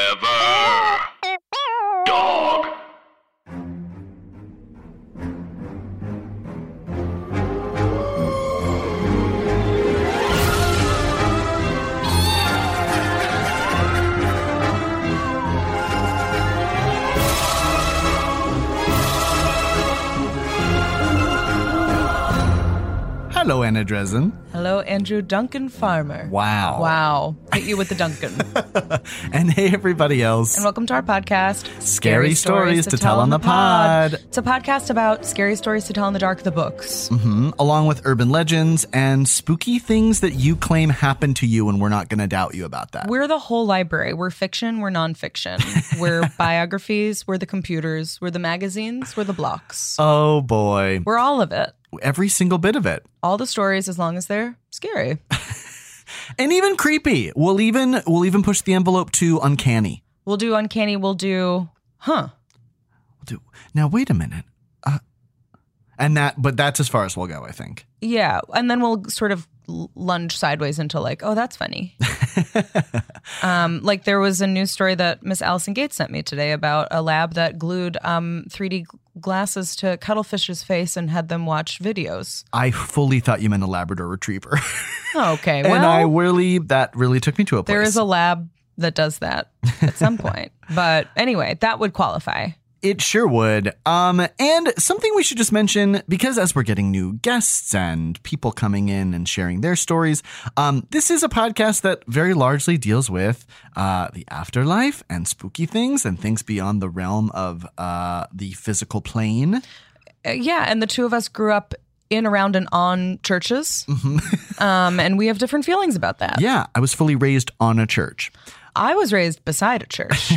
Forever. Dog. Hello, Anna Dresden. Hello, Andrew Duncan Farmer. Wow. Wow. Hit you with the Duncan. and And hey, everybody else. welcome to our podcast, Scary Stories to Tell on the Pod. It's a podcast about scary stories to tell in the dark, the books. Mhm. Along with urban legends and spooky things that you claim happened to you, and we're not going to doubt you about that. We're the whole library. We're fiction, we're nonfiction. we're biographies, we're the computers, we're the magazines, we're the blocks. oh, boy. we're all of it. Every single bit of it. All the stories as long as they're scary. And even creepy. We'll even we'll even push the envelope to uncanny. We'll do uncanny, we'll do huh. Dude, Now wait a minute. Uh, and that but that's as far as we'll go, I think. Yeah, and then we'll sort of l- lunge sideways into like, oh, that's funny. um, like there was a news story that Miss Allison Gates sent me today about a lab that glued um, 3D gl- glasses to cuttlefish's face and had them watch videos. I fully thought you meant a Labrador retriever. Okay, and I well, really that really took me to a place. there is a lab that does that at some point. But anyway, that would qualify. It sure would. Um, and something we should just mention because as we're getting new guests and people coming in and sharing their stories, um, this is a podcast that very largely deals with uh, the afterlife and spooky things and things beyond the realm of uh, the physical plane. Uh, yeah, and the two of us grew up in, around, and on churches, um, and we have different feelings about that. Yeah, I was fully raised on a church. I was raised beside a church.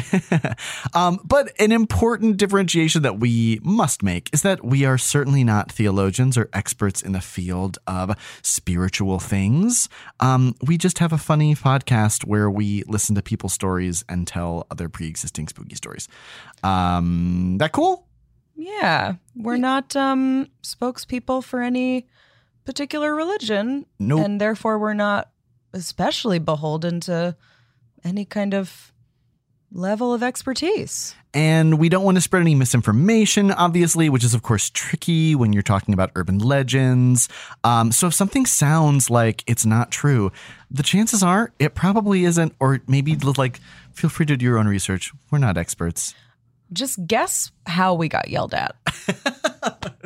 Um, but an important differentiation that we must make is that we are certainly not theologians or experts in the field of spiritual things. Um, we just have a funny podcast where we listen to people's stories and tell other pre existing spooky stories. Um, that cool? Yeah, we're not um, spokespeople for any particular religion, Nope. and therefore we're not especially beholden to any kind of level of expertise. And we don't want to spread any misinformation, obviously, which is, of course, tricky when you're talking about urban legends. Um, so if something sounds like it's not true, the chances are it probably isn't, or maybe like feel free to do your own research. We're not experts. Just guess how we got yelled at.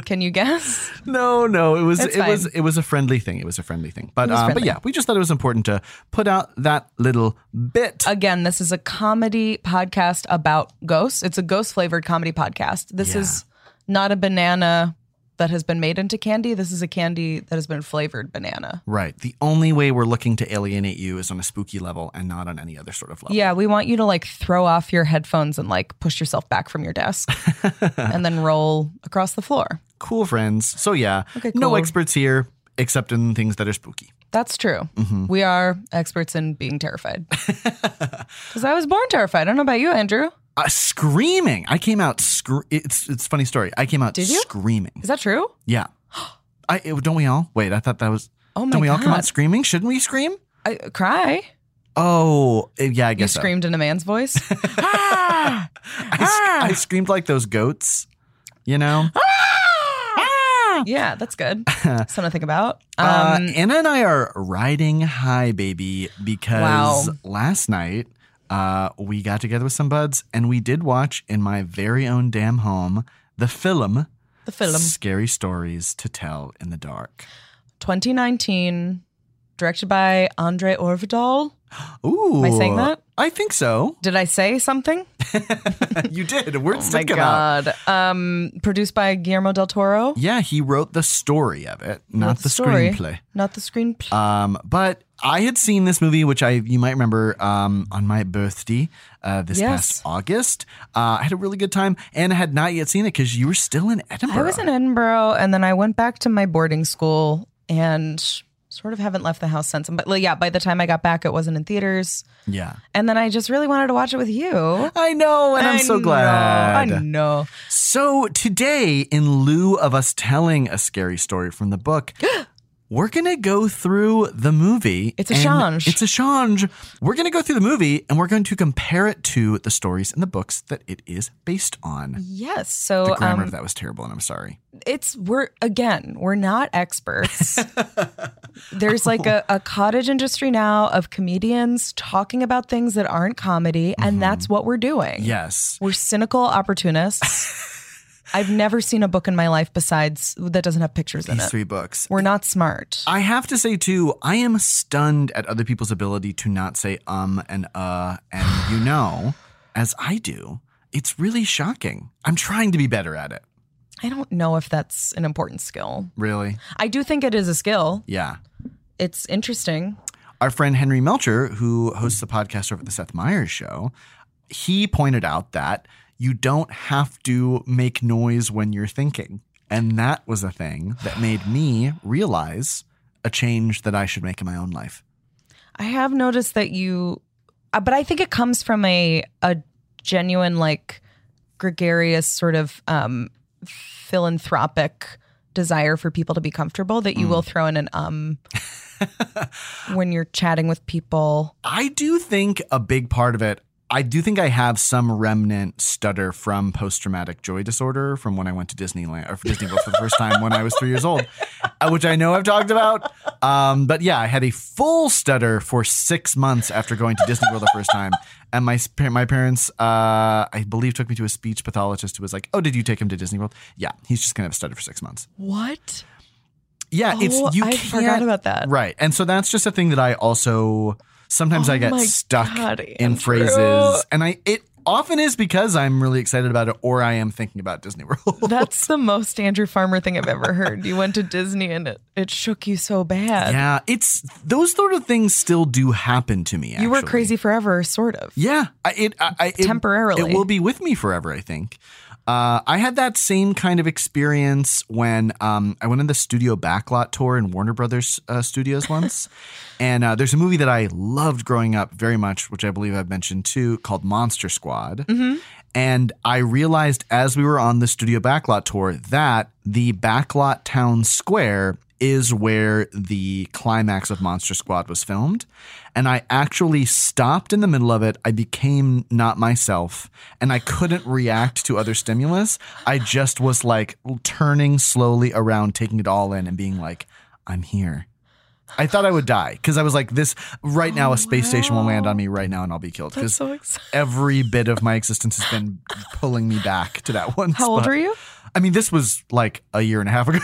Can you guess? No, no, it was That's it was fine. it was a friendly thing. It was a friendly thing. But was um, but friendly. yeah, we just thought it was important to put out that little bit. Again, this is a comedy podcast about ghosts. It's a ghost flavored comedy podcast. This Yeah. is not a banana that has been made into candy. This is a candy that has been flavored banana. Right. The only way we're looking to alienate you is on a spooky level and not on any other sort of level. Yeah, we want you to like throw off your headphones and like push yourself back from your desk and then roll across the floor. cool friends. So yeah, Okay, no cool. experts here except in things that are spooky. That's true. Mm-hmm. We are experts in being terrified. Because I was born terrified. I don't know about you, Andrew. Uh, screaming. I came out. Scr- it's it's a funny story. I came out Did you? screaming. Is that true? Yeah. I it- don't we all? Wait, I thought that was. Oh my don't we all come God. out screaming? Shouldn't we scream? I cry. Oh eh, yeah, I You "Ah!" guess so. screamed in a man's voice. I, sc- I screamed like those goats. You know. yeah, that's good. Something to think about. Um, Uh, Anna and I are riding high, baby, because Wow. last night uh, we got together with some buds and we did watch in my very own damn home the film, the film Scary Stories to Tell in the Dark. 2019, directed by Andre Orvidal. Ooh. I saying that? I think so. Did I say something? you did. Words Oh did my come out. god. Um, produced by Guillermo del Toro. Yeah, he wrote the story of it, not the, the story. screenplay. Not the screenplay. Um, but I had seen this movie, which I you might remember um, on my birthday uh, this Yes. past August. Uh, I had a really good time and I had not yet seen it because you were still in Edinburgh. I was in Edinburgh, and then I went back to my boarding school, and sort of haven't left the house since. But like, yeah, by the time I got back, it wasn't in theaters, Yeah, and then I just really wanted to watch it with you. I know, and I'm I so know, glad. I know. So today, in lieu of us telling a scary story from the book, we're going to go through the movie. It's a and change. It's a change. We're going to go through the movie and we're going to compare it to the stories and the books that it is based on. Yes. The So grammar um, of that was terrible, and I'm sorry. it's we're again we're not experts there's like a, a cottage industry now of comedians talking about things that aren't comedy Mm-hmm. and that's what we're doing Yes. we're cynical opportunists i've never seen a book in my life besides that doesn't have pictures in These it three books. we're not smart I have to say too, I am stunned at other people's ability to not say um and uh and you know as I do. It's really shocking. I'm trying to be better at it. i don't know if that's an important skill Really? i do think it is a skill Yeah. it's interesting Our friend Henry Melcher, who hosts the podcast over at the Seth Meyers show, he pointed out that you don't have to make noise when you're thinking. And that was a thing that made me realize a change that I should make in my own life. I have noticed that you, uh, but I think it comes from a a genuine like gregarious sort of um, philanthropic desire for people to be comfortable that you will throw in an um when you're chatting with people. I do think a big part of it, I do think I have some remnant stutter from post traumatic joy disorder from when I went to Disneyland or Disney World for the first time when I was three years old, uh, which I know I've talked about. Um, but yeah, I had a full stutter for six months after going to Disney World the first time. And my, sp- my parents, uh, I believe, took me to a speech pathologist who was like, Oh, did you take him to Disney World? Yeah, he's just going to have a stutter for six months. What? Yeah, Oh, it's you I can't- forgot about that. Right, and so that's just a thing that I also sometimes Oh I get my stuck God, in Andrew. phrases, and I it often is because I'm really excited about it or I am thinking about Disney World. That's the most Andrew Farmer thing I've ever heard. You went to Disney and it, it shook you so bad. yeah, it's those sort of things still do happen to me. you were actually. crazy forever, sort of. Yeah, I, it, I, I, it Temporarily. It will be with me forever, I think. Uh, I had that same kind of experience when um, I went on the studio backlot tour in Warner Brothers uh, Studios once. and uh, there's a movie that I loved growing up very much, which I believe I've mentioned too, called Monster Squad. And I realized as we were on the studio backlot tour that the backlot town square is where the climax of Monster Squad was filmed. And I actually stopped in the middle of it. I became not myself and I couldn't react to other stimulus. I just was like turning slowly around, taking it all in and being like, I'm here. I thought I would die because I was like, this right now, a space station will land on me right now and I'll be killed. Because That's so exciting. every bit of my existence has been pulling me back to that one. How old spot. are you? I mean, this was like a year and a half ago.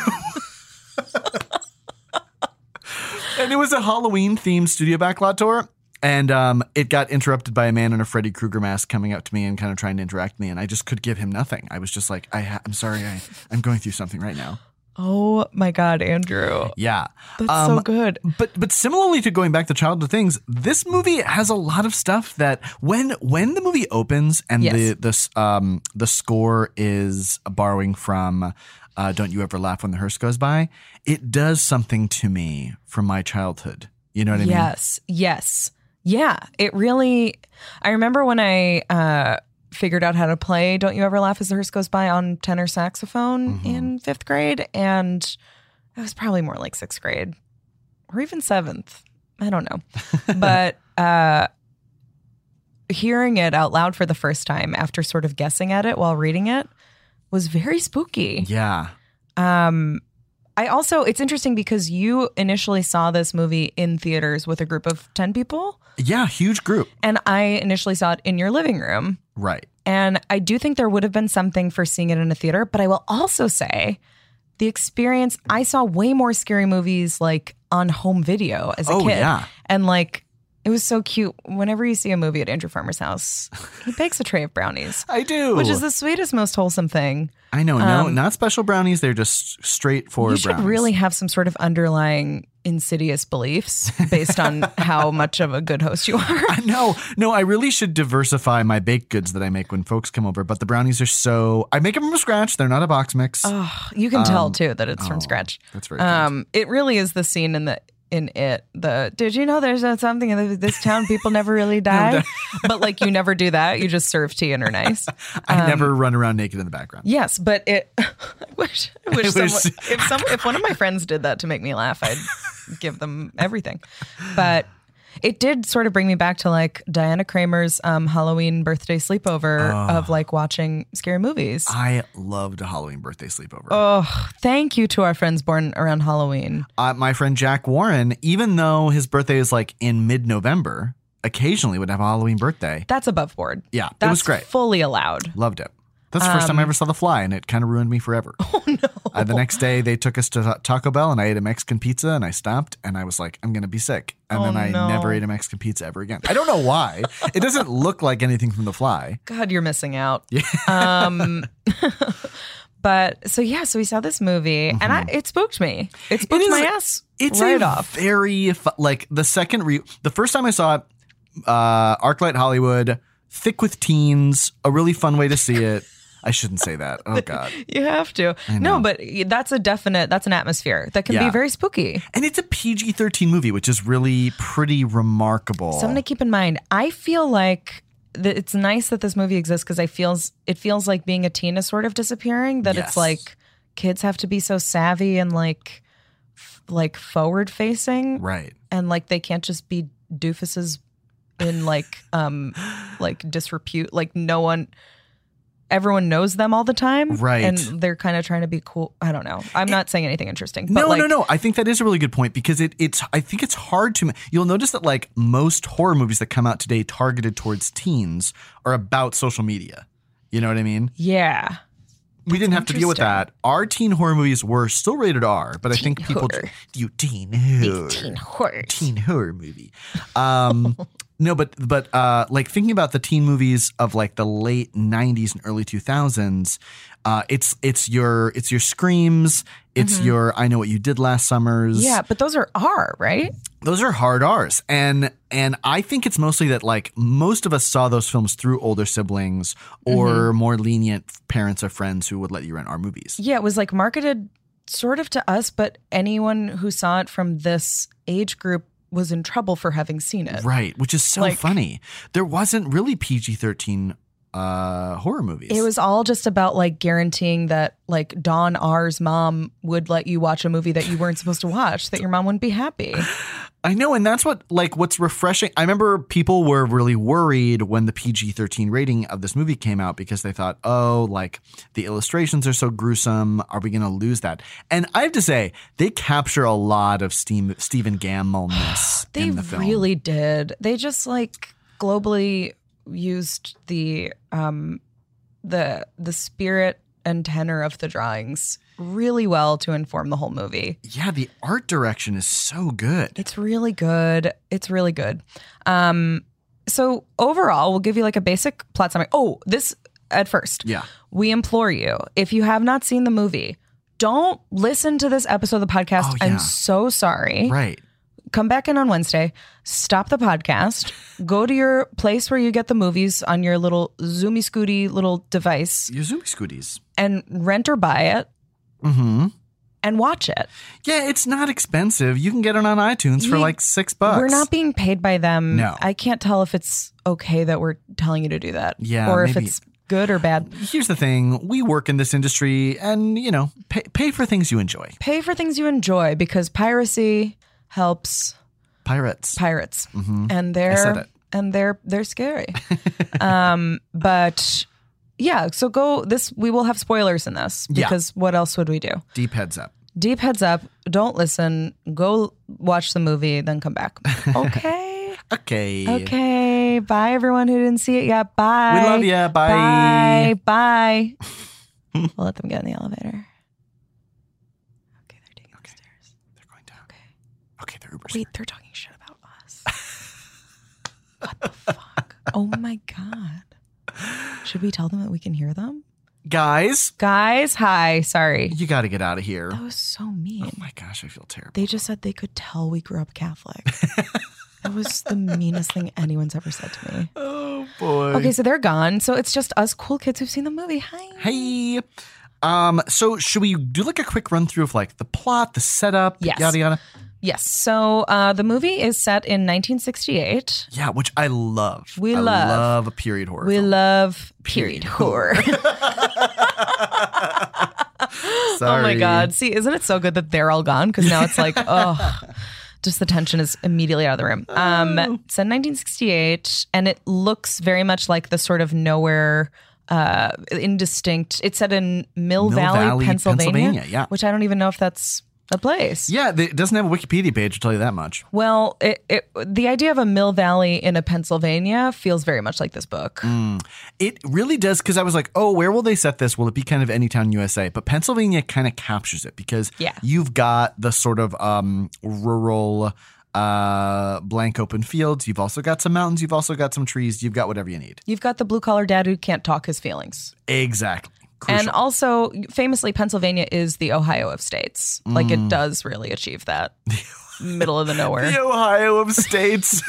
and it was a Halloween themed studio backlot tour. And um, it got interrupted by a man in a Freddy Krueger mask coming up to me and kind of trying to interact with me. And I just could give him nothing. I was just like, I ha- I'm sorry, I, I'm going through something right now. Oh my God, Andrew. Yeah. That's Um, so good. But but similarly to going back to childhood things, this movie has a lot of stuff that when when the movie opens and Yes. the this um the score is borrowing from uh, "Don't You Ever Laugh When the Hearse Goes By," it does something to me from my childhood. You know what I mean? Yes. Yes. Yeah. It really. I remember when I uh, figured out how to play "Don't You Ever Laugh as the Hearse Goes By" on tenor saxophone Mhm. in fifth grade, and I was probably more like sixth grade or even seventh. I don't know, but uh, hearing it out loud for the first time after sort of guessing at it while reading it was very spooky. Yeah. Um, I also, it's interesting because you initially saw this movie in theaters with a group of 10 people, Yeah. Huge group. and I initially saw it in your living room. Right. And I do think there would have been something for seeing it in a theater, but I will also say the experience, I saw way more scary movies like on home video as a Oh kid. yeah. And like, it was so cute. Whenever you see a movie at Andrew Farmer's house, he bakes a tray of brownies, I do. which is the sweetest, most wholesome thing. I know. No, um, not special brownies. They're just straightforward. You should brownies. really have some sort of underlying insidious beliefs based on how much of a good host you are. I know. No, I really should diversify my baked goods that I make when folks come over, but the brownies are so. I make them from scratch. They're not a box mix. Oh, you can tell Um, too that it's oh, from scratch. That's very. kind. Um, it really is the scene in the in it the did you know there's a, something in this town people never really die but like you never do that you just serve tea and are nice I never run around naked in the background. um, yes but it i wish i wish, wish- someone, if some if one of my friends did that to make me laugh i'd give them everything but it did sort of bring me back to like diana kramer's um, halloween birthday sleepover Ah. of like watching scary movies I loved a Halloween birthday sleepover. oh thank you to our friends born around halloween uh, my friend Jack Warren, even though his birthday is like in mid November, occasionally would have a Halloween birthday. that's above board Yeah, it that's um, was great. fully allowed Loved it. That's the first time I ever saw The Fly, and it kind of ruined me forever. Oh, no. Uh, the next day, they took us to Ta- Taco Bell, and I ate a Mexican pizza, and I stopped, and I was like, I'm going to be sick. And Oh, then I no. never ate a Mexican pizza ever again. I don't know why. it doesn't look like anything from The Fly. God, you're missing out. Yeah. Um, but so yeah, so we saw this movie, and I, it spooked me. It spooked Mm-hmm. is- my ass It's right a off. very fu- like the second re the first time I saw it, uh, ArcLight Hollywood, thick with teens, a really fun way to see it. I shouldn't say that. Oh god. You have to. No, but that's a definite. That's an atmosphere that can Yeah. be very spooky. And it's a PG thirteen movie, which is really pretty remarkable. Something to keep in mind. I feel like. th- It's nice that this movie exists because I feels it feels like being a teen is sort of disappearing. That Yes. it's like kids have to be so savvy and like f- like forward facing, right. and like they can't just be doofuses in like um like disrepute like no one everyone knows them all the time Right. Eh, and they're kind of trying to be cool i don't know i'm not saying anything interesting but no, like no, no. I think that is a really good point because it, it's. I think it's hard to. ma- You'll notice that like most horror movies that come out today, targeted towards teens, are about social media. You know what I mean? yeah we didn't have to deal with that. interesting. Our teen horror movies were still rated R, but I Teen think people horror. you teen horror, teen horror teen horror movie. Um, no, but but uh, like thinking about the teen movies of like the late '90s and early 2000s, uh, it's it's your it's your screams, it's Mm-hmm. your I know what you did last summers. yeah but those are r right those are hard R's, and and I think it's mostly that like most of us saw those films through older siblings or Mm-hmm. more lenient parents or friends who would let you rent our movies. yeah it was like marketed sort of to us but anyone who saw it from this age group was in trouble for having seen it Right, which is so Like- funny. There wasn't really PG thirteen uh, horror movies. It was all just about like guaranteeing that like Don R's mom would let you watch a movie that you weren't supposed to watch, that your mom wouldn't be happy. I know, and that's what like what's refreshing. I remember people were really worried when the PG thirteen rating of this movie came out because they thought, oh, like the illustrations are so gruesome. Are we going to lose that? And I have to say, they capture a lot of steam Stephen Gambleness They in the film. really did. They just like globally used the um the the spirit and tenor of the drawings really well to inform the whole movie. yeah, the art direction is so good. It's really good. It's really good. Um so overall, we'll give you like a basic plot summary. Oh, this at first. Yeah, we implore you, if you have not seen the movie, don't listen to this episode of the podcast. Oh, yeah. I'm so sorry. right. Come back in on Wednesday, stop the podcast, go to your place where you get the movies on your little zoomy scooty little device Your Zoomy Scooties. and rent or buy it Mm-hmm. and watch it. Yeah, it's not expensive. You can get it on iTunes for You- like six bucks. We're not being paid by them. No. I can't tell if it's okay that we're telling you to do that. Yeah, Or if maybe- it's good or bad. Here's the thing: we work in this industry, and you know, pay, pay for things you enjoy. Pay for things you enjoy because piracy helps Pirates. Mm-hmm. pirates and they're said it. and they're they're scary um but yeah so go this we will have spoilers in this Yeah. because what else would we do Deep heads up. deep heads up don't listen go watch the movie then come back okay Okay. okay bye everyone who didn't see it yet bye We love you. Bye. bye bye we'll let them get in the elevator okay they're taking okay. upstairs They're going down. okay Okay, they're Uber's. Wait, they're talking shit about us. what the fuck? Oh my god. Should we tell them that we can hear them? Guys, Guys, hi. Sorry. you got to get out of here. That was so mean. Oh my gosh, I feel terrible. They just said they could tell we grew up Catholic. that was the meanest thing anyone's ever said to me. oh boy. Okay, so they're gone. So it's just us cool kids who've seen the movie. Hi. Hey. Um. So should we do like a quick run through of like the plot, the setup, Yes. yada yada? Yes. So uh, the movie is set in 1968. Yeah, which I love. We I love- love a period horror. We film. love period horror. Oh my Sorry. god! See, isn't it so good that they're all gone? Because now it's like, oh, just the tension is immediately out of the room. Oh. Um, it's in 1968, and it looks very much like the sort of nowhere, uh, indistinct. It's set in Mill, Mill Valley, Valley, Pennsylvania, Pennsylvania, yeah. which I don't even know if that's a place. Yeah, they- it doesn't have a Wikipedia page. I'll tell you that much. Well, it, it, the idea of a Mill Valley in a Pennsylvania feels very much like this book. Mm. It really does because I was like, oh, where will they set this? Will it be kind of Anytown, USA? But Pennsylvania kind of captures it because Yeah. you've got the sort of um, rural uh blank open fields you've also got some mountains you've also got some trees you've got whatever you need You've got the blue collar dad who can't talk his feelings. exactly And also, famously, Pennsylvania is the Ohio of states. Like, it does really achieve that middle of the nowhere. Mm. the ohio of states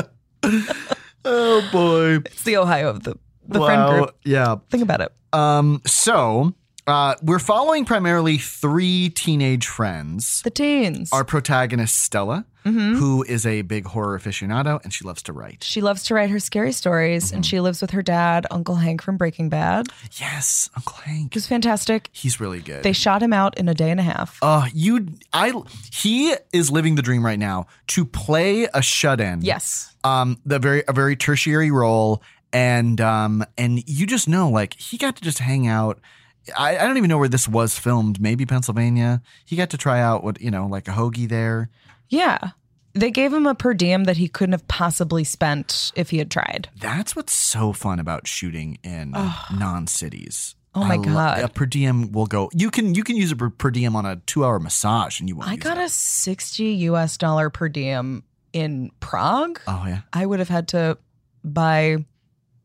oh boy It's the Ohio of the, the friend wow group. yeah Think about it. um so uh we're following primarily three teenage friends The teens. our protagonist Stella, who is a big horror aficionado and she loves to write. she loves to write her scary stories, Mm-hmm. and she lives with her dad, Uncle Hank from Breaking Bad, Yes, Uncle Hank. who's fantastic. He's really good. They shot him out in a day and a half. uh, you, I, he is living the dream right now to play a shut-in. yes. Um, the very a very tertiary role, and um, and you just know like he got to just hang out. I, I don't even know where this was filmed. Maybe Pennsylvania. He got to try out what you know, like a hoagie there. Yeah. They gave him a per diem that he couldn't have possibly spent if he had tried. That's what's so fun about shooting in non cities. Oh my God. a per diem will go. You can you can use a per, per diem on a two hour massage, and you won't. I use got it. a 60 US dollar per diem in Prague. Oh yeah. I would have had to buy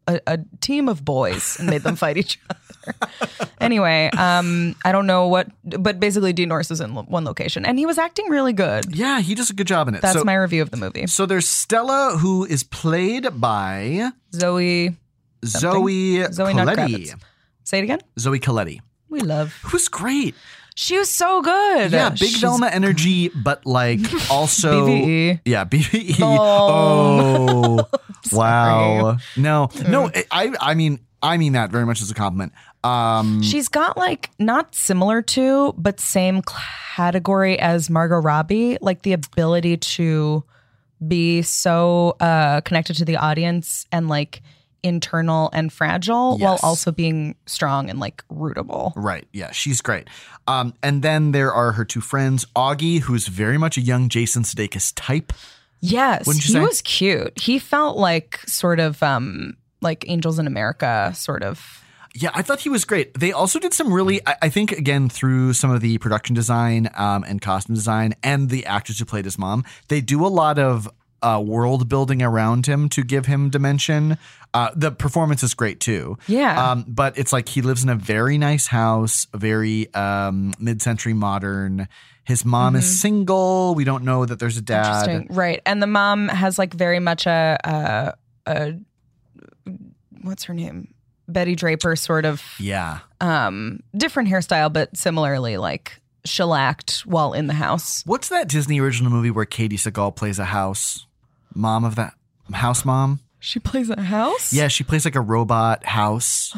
a, a team of boys and made them fight each other. anyway, um, I don't know what, but basically, D. Norse is in lo- one location, and he was acting really good. Yeah, he does a good job in it. That's so, my review of the movie. so there's Stella, who is played by Zoe, Zoe Coletti. Zoe Nutcrackers. Say it again. Zoe Coletti, We love. who's great. She was so good. Yeah, big She's E. Velma energy, but like also BVE. Yeah, BVE. Oh. Mm. Oh, wow. No, no. I I mean I mean that very much as a compliment. Um, She's got like not similar to, but same category as Margot Robbie, like the ability to be so uh, connected to the audience and like internal and fragile while Yes. also being strong and like rootable. right. Yeah, she's great. Um, and then there are her two friends, Augie, who's very much a young Jason Sudeikis type. Yes, Wouldn't you say? he was cute. He felt like sort of um like Angels in America, sort of. Yeah, I thought he was great. They also did some really, I, I think, again, through some of the production design um, and costume design and the actors who played his mom, they do a lot of uh, world building around him to give him dimension. Uh, the performance is great too. Yeah. Um, but it's like he lives in a very nice house, very um, mid century modern. His mom is single. We don't know that there's a dad. Mm-hmm. Interesting, right? And the mom has like very much a a, a what's her name, Betty Draper sort of Yeah. um different hairstyle, but similarly like shellacked while in the house. What's that Disney original movie where Katie Seagal plays a house mom of that house mom? She plays a house. Yeah, she plays like a robot house.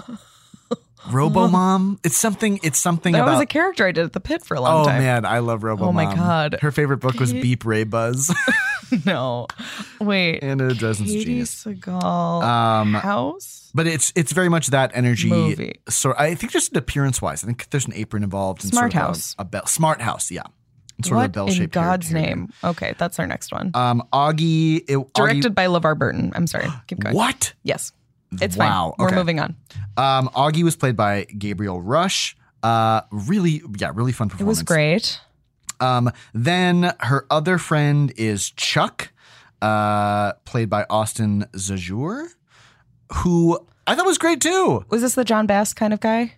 Robo Mom. It's something. It's something that about. was a character I did at the pit for a long oh time. man, I love Robo Oh, my God. Her favorite book was Beep Ray Buzz. no, wait, Anna Dresden's Katie genius. Seagal Um, house. but it's it's very much that energy. Movie. So I think just appearance wise, I think there's an apron involved. and Smart sort of a- House. A, bell, smart house. Yeah. And Sort What of a bell in shaped God's name? Okay, that's our next one. Um, Augie. It, Augie- Directed by LeVar Burton. I'm sorry. Keep going. what? Yes. It's Wow, fine. okay. We're moving on. Um, Augie was played by Gabriel Rush. Uh, really, yeah, really fun It performance. was great. Um, then her other friend is Chuck, uh, played by Austin Zajour, who I thought was great too. Was this the John Bass kind of guy?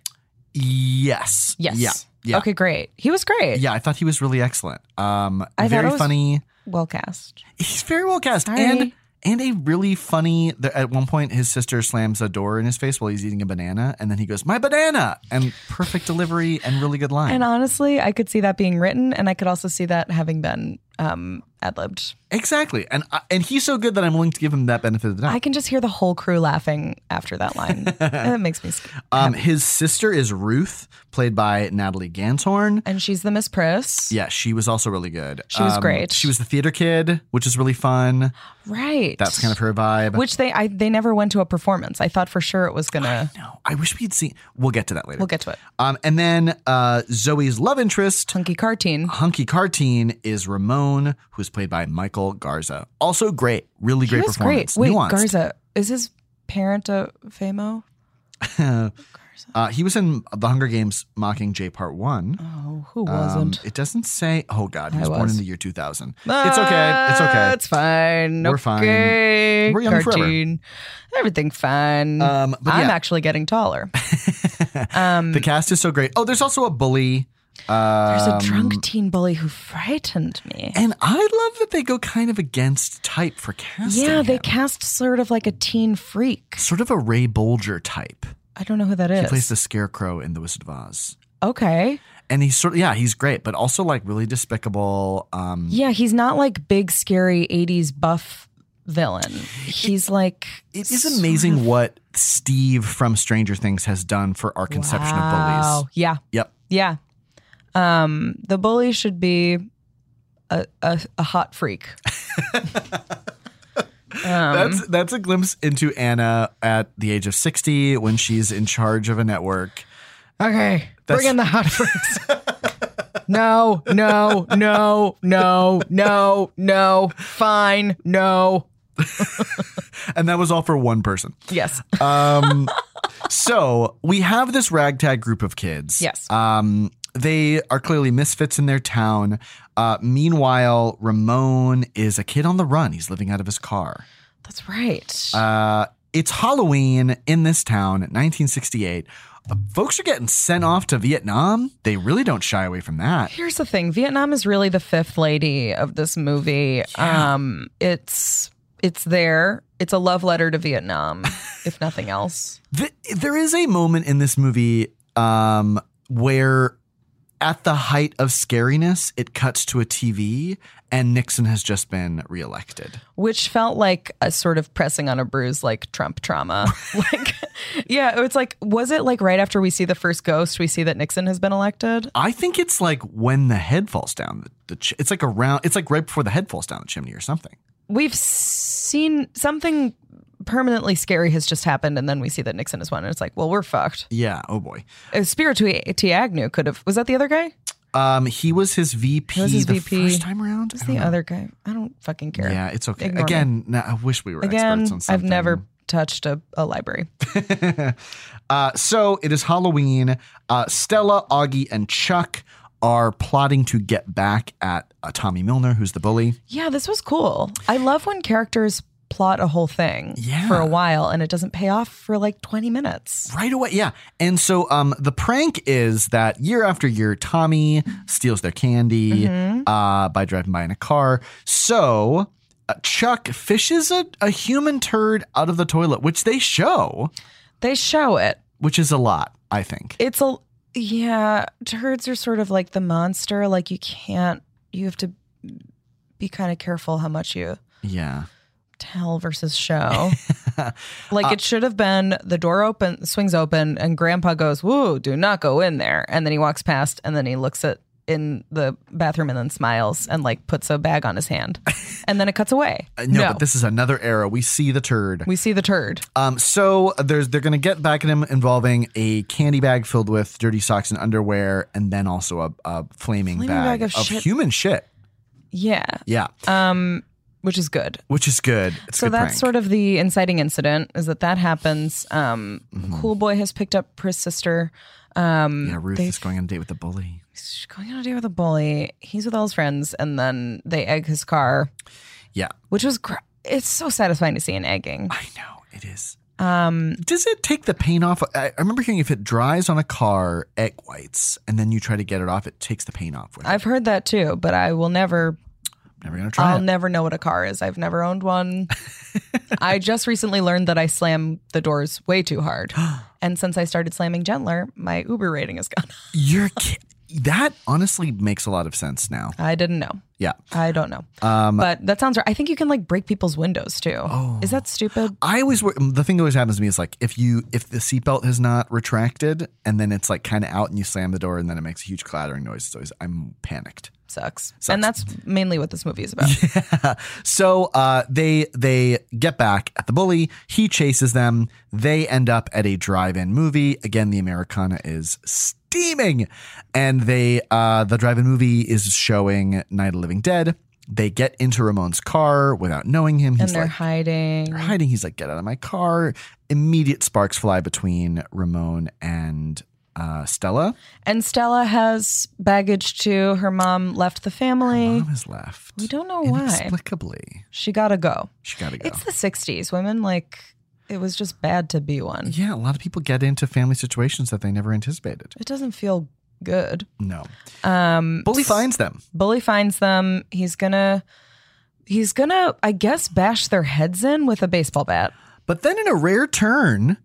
Yes. Yes. Yeah. Yeah. Okay, great. He was great. Yeah, I thought he was really excellent. Um, I thought very it was- funny. Well cast. He's very well cast, Sorry. and and a really funny. the- At one point, his sister slams a door in his face while he's eating a banana, and then he goes, "My banana!" and perfect delivery and really good line. And honestly, I could see that being written, and I could also see that having been um, ad libbed. exactly, and I- and he's so good that I'm willing to give him that benefit of the doubt. I can just hear the whole crew laughing after that line. And it makes me scared. um, his sister is Ruth, played by Natalie Ganshorn. And she's the Miss Priss. Yeah, she was also really good. Um, She was great. She was the theater kid, which is really fun. Right. That's kind of her vibe. Which they I, they never went to a performance. I thought for sure it was gonna. no, I wish we'd seen. We'll get to that later. We'll get to it. Um, and then uh, Zoe's love interest, Hunky Carteen. Hunky Carteen, is Ramon, who's played by Michael Garza. Also great, really He great was performance. Wait, Nuanced. Garza is his parent a famo? Uh, he was in The Hunger Games Mockingjay Part One. Oh, who Um, wasn't? it doesn't say. Oh God, he I was, born was. Ah, in the year 2000. it's okay. It's okay. Uh, It's fine. We're fine. Okay. We're young forever. Cartoon. Everything fine. Um, but I'm yeah. actually getting taller. um, the cast is so great. Oh, there's also a bully. there's Um, a drunk teen bully who frightened me. And I love that they go kind of against type for casting. Yeah, they him. cast sort of like a teen freak. sort of a Ray Bolger type. I don't know who that is. He plays the Scarecrow in The Wizard of Oz. okay. and he's sort of yeah he's great but also like really despicable um Yeah, he's not like big, scary 80s buff villain. He's like. it is amazing what steve from stranger things has done for our conception of bullies Yeah. yep Yeah. Um, the bully should be a, a, a hot freak. Um, that's that's a glimpse into anna at the age of 60 when she's in charge of a network Okay. That's- Bring in the hot freaks. no, no, no, no, no, no. Fine. No. and that was all for one person Yes. um so we have this ragtag group of kids Yes. um they are clearly misfits in their town uh meanwhile ramon is a kid on the run he's living out of his car That's right. Uh, it's Halloween in this town, 1968. Uh, folks are getting sent off to Vietnam. They really don't shy away from that. Here's the thing. Vietnam is really the fifth lady of this movie. Um it's it's there. It's a love letter to Vietnam, if nothing else. Th- there is a moment in this movie um, where, at the height of scariness, it cuts to a TV and Nixon has just been reelected. Which felt like a sort of pressing on a bruise like Trump trauma. like yeah, it's like was it like right after we see the first ghost, we see that Nixon has been elected? I think it's like when the head falls down. The, the ch- it's like around. It's like right before the head falls down the chimney or something. We've seen something permanently scary has just happened and then we see that Nixon has won and it's like, well, we're fucked. Yeah. Oh boy. Uh, Spiritu Agnew could have was that the other guy? Um, he was his VP was his the VP. first time around. Who's I don't the know. other guy? I don't fucking care. Yeah, it's okay. Ignore me. Again, no, I wish we were Again, experts on I've something. never touched a, a library. Uh, so it is Halloween. Uh, Stella, Augie, and Chuck are plotting to get back at uh, Tommy Milner, who's the bully. yeah, this was cool. I love when characters plot a whole thing Yeah. for a while and it doesn't pay off for like 20 minutes. Right away, yeah. And so um, the prank is that year after year, Tommy steals their candy Mm-hmm. uh, by driving by in a car. So uh, Chuck fishes a, a human turd out of the toilet, which they show, They show it. which is a lot, I think. It's a yeah, turds are sort of like the monster like you can't you have to be kind of careful how much you yeah. tell versus show. like Uh, it should have been the door open swings open and grandpa goes, Whoa, do not go in there. And then he walks past and then he looks at in the bathroom and then smiles and like puts a bag on his hand. And then it cuts away. Uh, no, but this is another era. We see the turd. we see the turd. Um, so there's they're going to get back at him involving a candy bag filled with dirty socks and underwear, and then also a, a flaming, Flaming bag, bag of shit. human shit. Yeah. Yeah, Um which is good. which is good. It's So that's sort of the inciting incident is that that happens. Um, Mm-hmm. Cool boy has picked up Pris' sister. Um, yeah. Ruth they is going on a date with the bully. She's going on a date with a bully. He's with all his friends, and then they egg his car, Yeah, which was gr- it's so satisfying to see an egging. I know it is. Um, Does it take the paint off? I, I remember hearing if it dries on a car, egg whites, and then you try to get it off, it takes the paint off with it. I've heard that too, but I will never Never gonna try I'll it. never know what a car is. I've never owned one. I just recently learned that I slam the doors way too hard. And since I started slamming gentler, my Uber rating has gone. up. You're ki- that honestly makes a lot of sense now. I didn't know. Yeah. I don't know. Um, but that sounds right. I think you can like break people's windows too. Oh. Is that stupid? I always wor- the thing that always happens to me is like if you if the seatbelt has not retracted and then it's like kind of out and you slam the door and then it makes a huge clattering noise. So always, I'm panicked. Sucks. And that's mainly what this movie is about. So uh, they they get back at the bully. He chases them. They end up at a drive-in movie. Again, the Americana is steaming, and they uh, the drive-in movie is showing Night of the Living Dead. They get into Ramon's car without knowing him. And He's they're like, hiding. they're hiding. He's like, get out of my car. Immediate sparks fly between Ramon and uh, Stella. And Stella has baggage too. Her mom left the family. Mom has left. We don't know why. Inexplicably. She got to go. She got to go. It's the 60s. Women, like, it was just bad to be one. yeah, a lot of people get into family situations that they never anticipated. It doesn't feel good. No. Um, Bully finds them. Bully finds them. He's gonna, he's gonna, I guess, bash their heads in with a baseball bat. But then in a rare turn,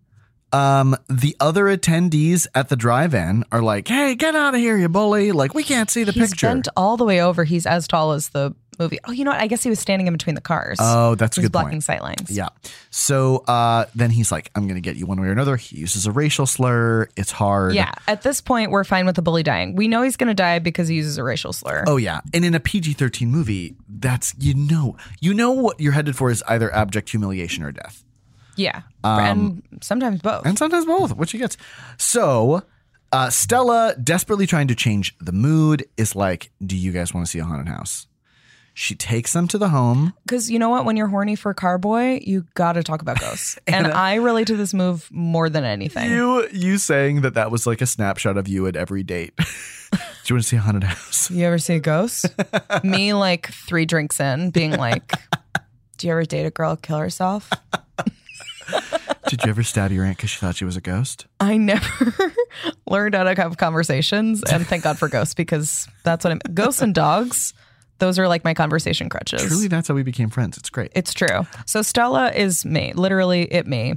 um, the other attendees at the drive-in are like, hey, get out of here, you bully. Like, we can't see the He's picture. bent all the way over. He's as tall as the movie. Oh, you know what? I guess he was standing in between the cars. oh, that's a he's good point. blocking sight lines. Yeah. So uh, then he's like, I'm going to get you one way or another. He uses a racial slur. It's hard. Yeah. At this point, we're fine with the bully dying. We know he's gonna die because he uses a racial slur. Oh yeah, and in a PG-13 movie, that's you know, you know what you're headed for is either abject humiliation or death, Yeah. Um, and sometimes both. and sometimes both, which he gets. So, uh, Stella, desperately trying to change the mood, is like, "Do you guys want to see a haunted house?" She takes them to the home. Because you know what? When you're horny for Carboy, you got to talk about ghosts. and I relate to this move more than anything. You you saying that that was like a snapshot of you at every date. Do you want to see a haunted house? You ever see a ghost? Me, like three drinks in, being like, Do you ever date a girl kill herself? Did you ever stab your aunt because she thought she was a ghost? I never learned how to have conversations. And thank God for ghosts because that's what I'm. Ghosts and dogs, those are like my conversation crutches. Truly, that's how we became friends. It's great. It's true. So Stella is me, literally, it me.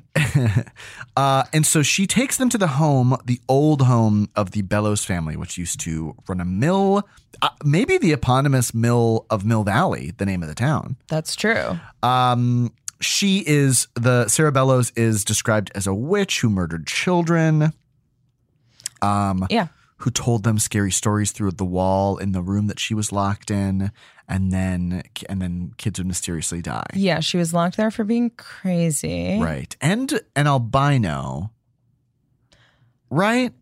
Uh, and so she takes them to the home, the old home of the Bellows family, which used to run a mill, uh, maybe the eponymous mill of Mill Valley, the name of the town. That's true. Um, she is the Sarah Bellows is described as a witch who murdered children, um, Yeah. who told them scary stories through the wall in the room that she was locked in, and then and then kids would mysteriously die. Yeah. She was locked there for being crazy. Right, and an albino. Right,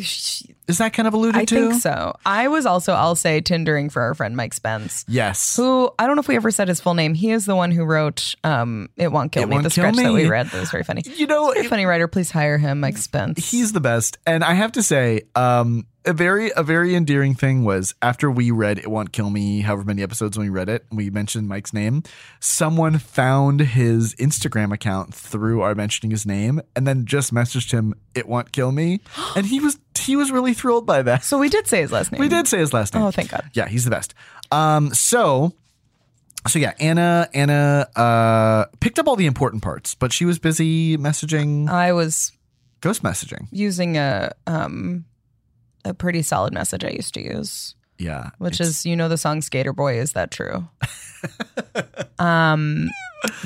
She- is that kind of alluded I to? think so. I was also, I'll say, Tindering for our friend Mike Spence, Yes. who I don't know if we ever said his full name. He is the one who wrote um, It Won't Kill It Me, Won't the Kill sketch that we Me. read that was very funny. You know, Very funny writer. Please hire him, Mike Spence. he's the best. And I have to say, um, a very a very endearing thing was after we read It Won't Kill Me, however many episodes when we read it, we mentioned Mike's name. Someone found his Instagram account through our mentioning his name and then just messaged him, It Won't Kill Me. And he was he was really thrilled by that. so we did say his last name. We did say his last name. Oh, thank God. Yeah, he's the best. Um, so so yeah, Anna Anna uh, picked up all the important parts, but she was busy messaging I was ghost messaging. using a um, a pretty solid message I used to use, Yeah. which it's- is, you know, the song Skater Boy, is that true? um,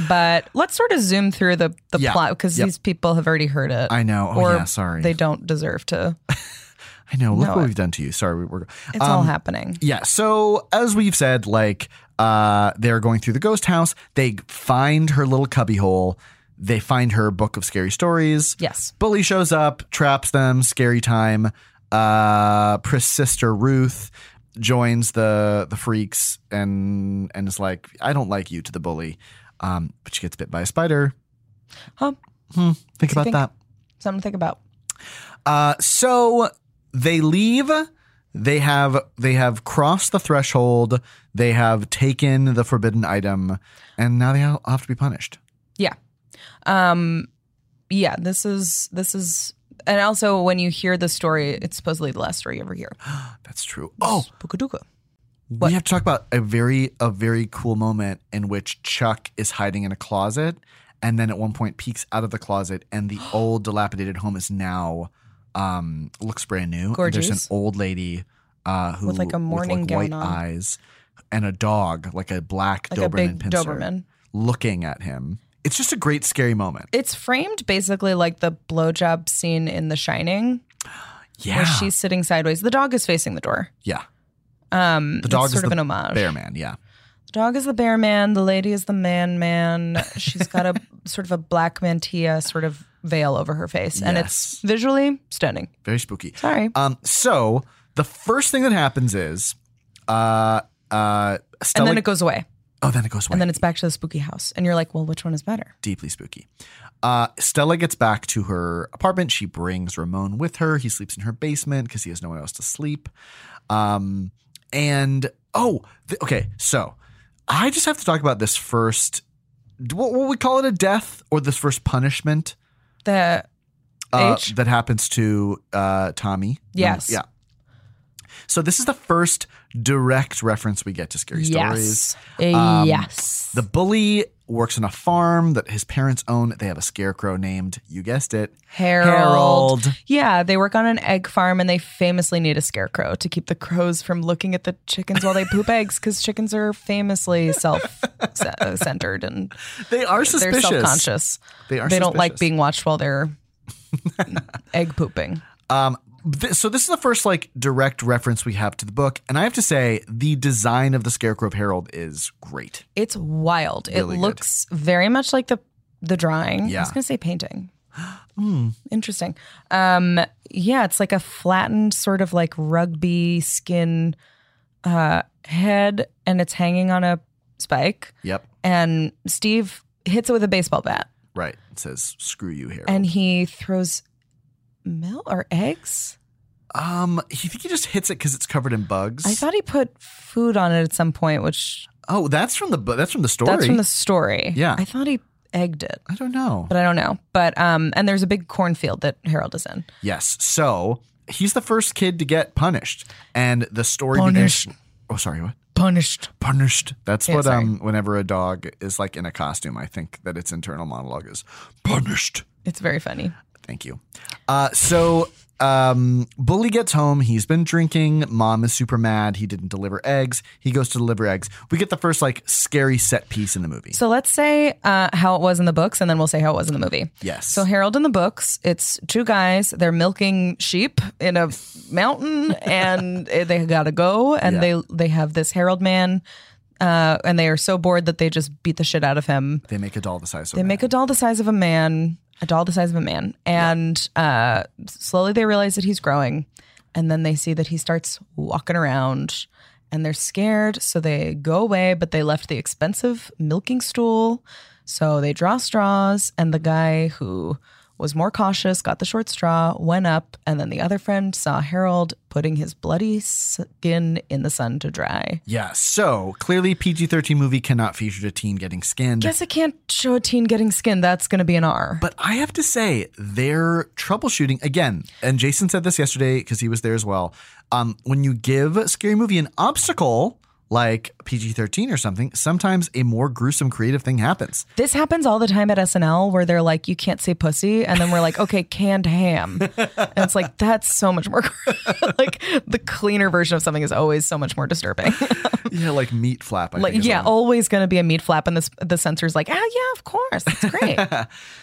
but let's sort of zoom through the, the Yeah. plot because Yep. these people have already heard it. I know. Oh or yeah, sorry. They don't deserve to. I know. Look No, what I- we've done to you. Sorry, we were. It's all Um, happening. Yeah. So as we've said, like uh, they're going through the ghost house. They find her little cubbyhole. They find her book of scary stories. Yes. Bully shows up, traps them. Scary time. Uh, Pris' sister Ruth joins the the freaks and and is like, I don't like you to the bully. Um, but she gets bit by a spider. Huh. Hmm, think about think? that. Something to think about. Uh, so they leave. They have they have crossed the threshold. They have taken the forbidden item, and now they all have to be punished. Um, yeah, this is this is, and also when you hear the story, it's supposedly the last story you ever hear. That's true. Oh, Spookadooka. What? We have to talk about a very a very cool moment in which Chuck is hiding in a closet and then at one point peeks out of the closet and the old dilapidated home is now um looks brand new. And There's Gorgeous. an old lady uh who With, like, a morning with, gown like, white on. eyes and a dog like a black like Doberman a big pincer Doberman. looking at him. It's just a great scary moment. It's framed basically like the blowjob scene in The Shining, Yeah. where she's sitting sideways. The dog is facing the door. yeah. Um, The dog it's is sort of the an homage. Bear man, yeah. The dog is the bear man. The lady is the man man. She's got a sort of a black mantilla sort of veil over her face, and Yes. it's visually stunning. Very spooky. Sorry. Um, so the first thing that happens is, uh, uh, Stella. and then it goes away, oh, then it goes away. and then it's back to the spooky house, and you're like, well, which one is better? deeply spooky. Uh, Stella gets back to her apartment. She brings Ramon with her. He sleeps in her basement because he has nowhere else to sleep. Um, and oh, th- okay. So I just have to talk about this first. What will we call it? A death or this first punishment The uh, H? that happens to uh, Tommy? Yes. Yeah. So this is the first direct reference we get to scary stories. yes, A Um, yes. The bully works on a farm that his parents own. They have a scarecrow named, you guessed it, Harold. Yeah, they work on an egg farm and they famously need a scarecrow to keep the crows from looking at the chickens while they poop eggs because chickens are famously self centered and They are they're suspicious. self conscious. They are. They don't like suspicious. being watched while they're egg pooping. Um, th- so this is the first like direct reference we have to the book, and I have to say the design of the scarecrow of Harold is great. It's wild. Really it good. looks very much like the the drawing. I Yeah. was gonna say painting. Hmm. Interesting. Um, yeah, it's like a flattened sort of like rugby skin uh, head, and it's hanging on a spike. Yep. And Steve hits it with a baseball bat, Right. It says "screw you, Harold." and he throws milk or eggs. um, you think he just hits it because it's covered in bugs? I thought he put food on it at some point, which oh, that's from the bu- that's from the story. that's from the story. Yeah. I thought he egged it. I don't know. but I don't know. But um, and there's a big cornfield that Harold is in. Yes. So he's the first kid to get punished, and the story Punished. begins. Oh, sorry. What? Punished. Punished. That's Yeah, what sorry. um. Whenever a dog is like in a costume, I think that its internal monologue is punished. It's very funny. Thank you. Uh, so um, Bully gets home. He's been drinking. Mom is super mad. He didn't deliver eggs. He goes to deliver eggs. We get the first like scary set piece in the movie. So let's say uh, how it was in the books, and then we'll say how it was in the movie. yes. So Harold in the books, it's two guys. They're milking sheep in a mountain, and eh, they gotta go. And Yeah. they they have this Harold man, uh, and they are so bored that they just beat the shit out of him. they make a doll the size of. They make a doll the size of a man, a doll the size of a man, and uh, slowly they realize that he's growing, and then they see that he starts walking around, and they're scared, so they go away. But they left the expensive milking stool, so they draw straws, and the guy who was more cautious got the short straw, went up, and then the other friend saw Harold putting his bloody skin in the sun to dry. Yeah. So clearly, PG thirteen movie cannot feature a teen getting skinned. Guess I can't show a teen getting skin. That's going to be an R. But I have to say, their troubleshooting again, and Jason said this yesterday because he was there as well. Um, when you give a scary movie an obstacle like PG 13 or something, sometimes a more gruesome creative thing happens. This happens all the time at SNL where they're like, you can't say pussy. And then we're like, okay, canned ham. And it's like, that's so much more. like, the cleaner version of something is always so much more disturbing. Yeah, like meat flap. I like, think is yeah, one. always going to be a meat flap. And this, the censor's like, ah, yeah, of course. That's great.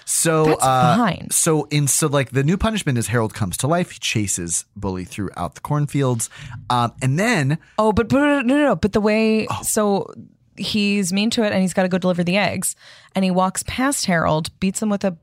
So oh, That's uh, fine. So in so like the new punishment is Harold comes to life. He chases Bully throughout the cornfields, um, and then oh, but, but no, no, no. But the way, so he's mean to it and he's got to go deliver the eggs. And he walks past Harold, beats him with a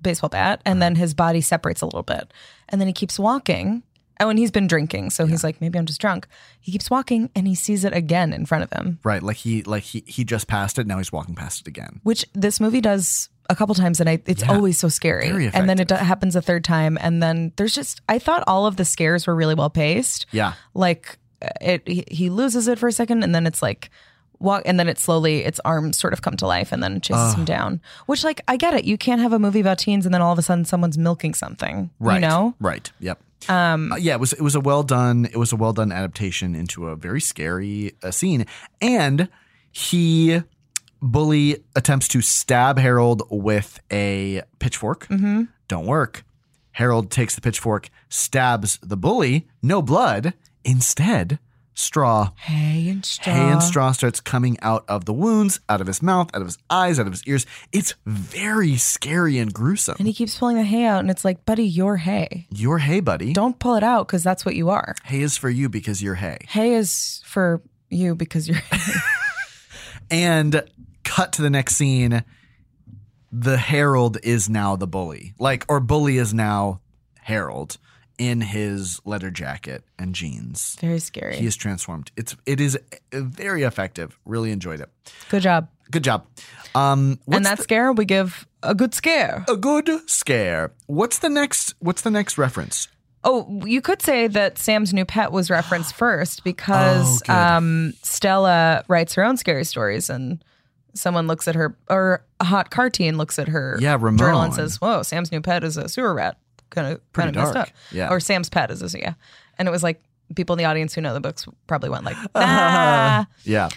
baseball bat, and then his body separates a little bit. And then he keeps walking. Oh, and he's been drinking. So he's like, maybe I'm just drunk. He keeps walking and he sees it again in front of him, right, like he like he he just passed it. Now he's walking past it again. which this movie does a couple times. And I, it's always so scary. very And then it do- happens a third time. And then there's just, I thought all of the scares were really well paced. Yeah, Like it, he- he loses it for a second and then it's like, Walk, and then it slowly, its arms sort of come to life, and then it chases him down. Which, like, I get it. You can't have a movie about teens, and then all of a sudden, someone's milking something. right. You know, right. Yep. Um, Uh, yeah, it was it was a well done it was a well done adaptation into a very scary uh, scene, and he bully attempts to stab Harold with a pitchfork. mhm. Don't work. Harold takes the pitchfork, stabs the bully. No blood. Instead, straw. Hay and straw. Hay and straw starts coming out of the wounds, out of his mouth, out of his eyes, out of his ears. It's very scary and gruesome. And he keeps pulling the hay out, and it's like, buddy, you're hay. Your hay, buddy. Don't pull it out because that's what you are. Hay is for you because you're hay. Hay is for you because you're. And cut to the next scene. The Herald is now the bully. Like, or bully is now Harold in his leather jacket and jeans. Very scary. He is transformed. It's it is very effective. Really enjoyed it. good job. Good job. Um, what's and that scare we give a good scare. a good scare. What's the next? What's the next reference? Oh, you could say that Sam's new pet was referenced first because Oh, good. um, Stella writes her own scary stories and someone looks at her or a hot car teen looks at her Yeah, Ramon. journal and says, Whoa, Sam's new pet is a sewer rat. Kind of kind Pretty of messed dark. up. Yeah. Or Sam's pet is a yeah. And it was like people in the audience who know the books probably went like ah. Yeah,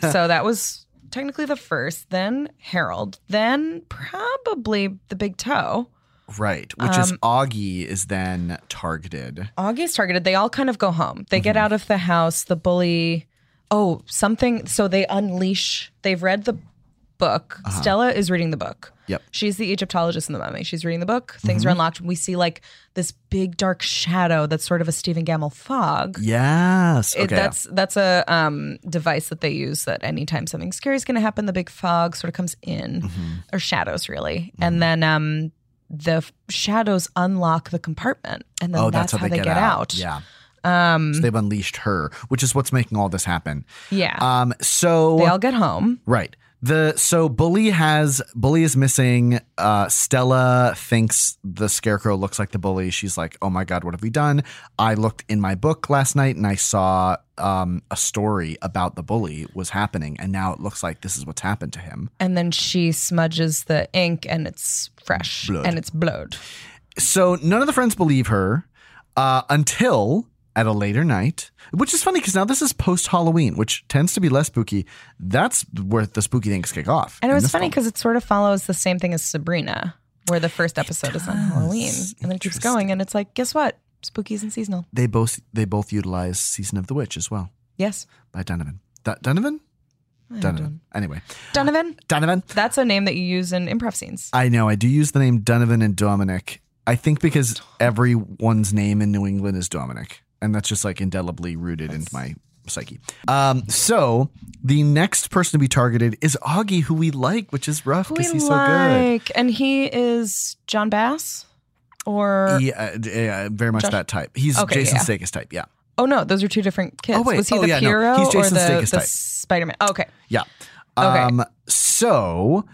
so that was technically the first, then Harold, then probably the big toe. right. Which Um, is Augie is then targeted. Augie's targeted. They all kind of go home. They get out of the house. The bully, oh, something. So they unleash. They've read the book. Stella is reading the book. Yep. She's the Egyptologist in the mummy. She's reading the book. Things are unlocked. We see like this big dark shadow that's sort of a Stephen Gamble fog. Yes. It- Okay. that's that's a um, device that they use that anytime something scary is going to happen, the big fog sort of comes in, or shadows really, and then um, the f- shadows unlock the compartment, and then oh, that's, how, they, get, out. Yeah. Um, So they've unleashed her, which is what's making all this happen. yeah. Um. So they all get home. right. The so bully has bully is missing. Uh, Stella thinks the scarecrow looks like the bully. She's like, "Oh my god, what have we done?" I looked in my book last night and I saw um, a story about the bully was happening, and now it looks like this is what's happened to him. And then she smudges the ink and it's fresh Blood. and it's blurred. so none of the friends believe her uh, until at a later night, which is funny because now this is post Halloween, which tends to be less spooky. That's where the spooky things kick off. And it in was this funny film. because it sort of follows the same thing as Sabrina, where the first episode is on Halloween does. and then it keeps going. And it's like, guess what? Spookies and seasonal. they both they both utilize Season of the Witch as well Yes. by Donovan. Do- Donovan, I don't know. Donovan. Anyway, Donovan, Donovan. that's a name that you use in improv scenes. I know I do use the name Donovan and Dominic. I think because everyone's name in New England is Dominic, and that's just like indelibly rooted into my psyche. Um, so the next person to be targeted is Augie, who we like, which is rough because he's so And he is John Bass or. good. He, uh, d- yeah, very much Josh- that type. He's Okay, Jason yeah. Sudeikis type. Yeah, Oh, no, those are two different kids. Oh, wait. Was he Oh, the yeah, no. hero He's or Jason the, Sudeikis the type. Spider Man? okay. yeah. Okay. Um, so,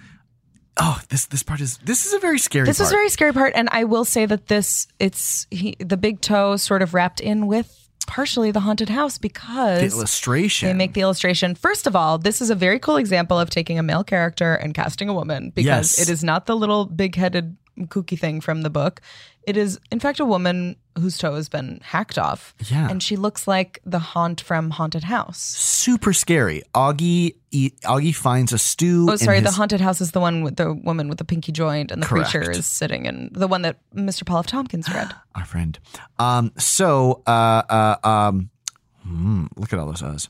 oh, this this part is this is a very scary. This was part. a very scary part, and I will say that this it's he, the big toe sort of wrapped in with partially the haunted house The because illustration. they make the illustration. First of all, this is a very cool example of taking a male character and casting a woman because Yes. it is not the little big-headed kooky thing from the book. It is in fact a woman whose toe has been hacked off, yeah. and she looks like the haunt from Haunted House. Super scary. Augie e- Augie finds a stew. Oh, sorry. in The his- haunted house is the one with the woman with the pinky joint, and the preacher Correct. is sitting in the one that Mr. Paul F. Tompkins read. our friend. Um, so, uh, uh, um, hmm, look at all those O's.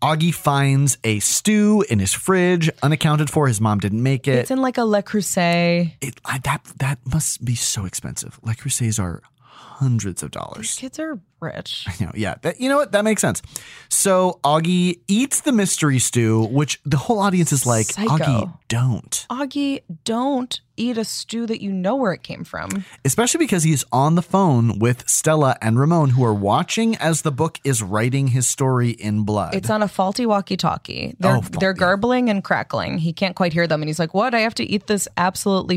Augie finds a stew in his fridge, unaccounted for. His mom didn't make it. It's in like a Le Creuset. it I, that that must be so expensive. Like Crusades are hundreds of These dollars. kids are rich. You know, yeah, that, you know what? That makes sense. So Augie eats the mystery stew, which the whole audience is like, Psycho. Augie, don't. Augie, don't eat a stew that you know where it came from. especially because he's on the phone with Stella and Ramon, who are watching as the book is writing his story in blood. It's on a faulty walkie-talkie. They're, Oh, faulty. they're garbling and crackling. He can't quite hear them, and he's like, "What? I have to eat this absolutely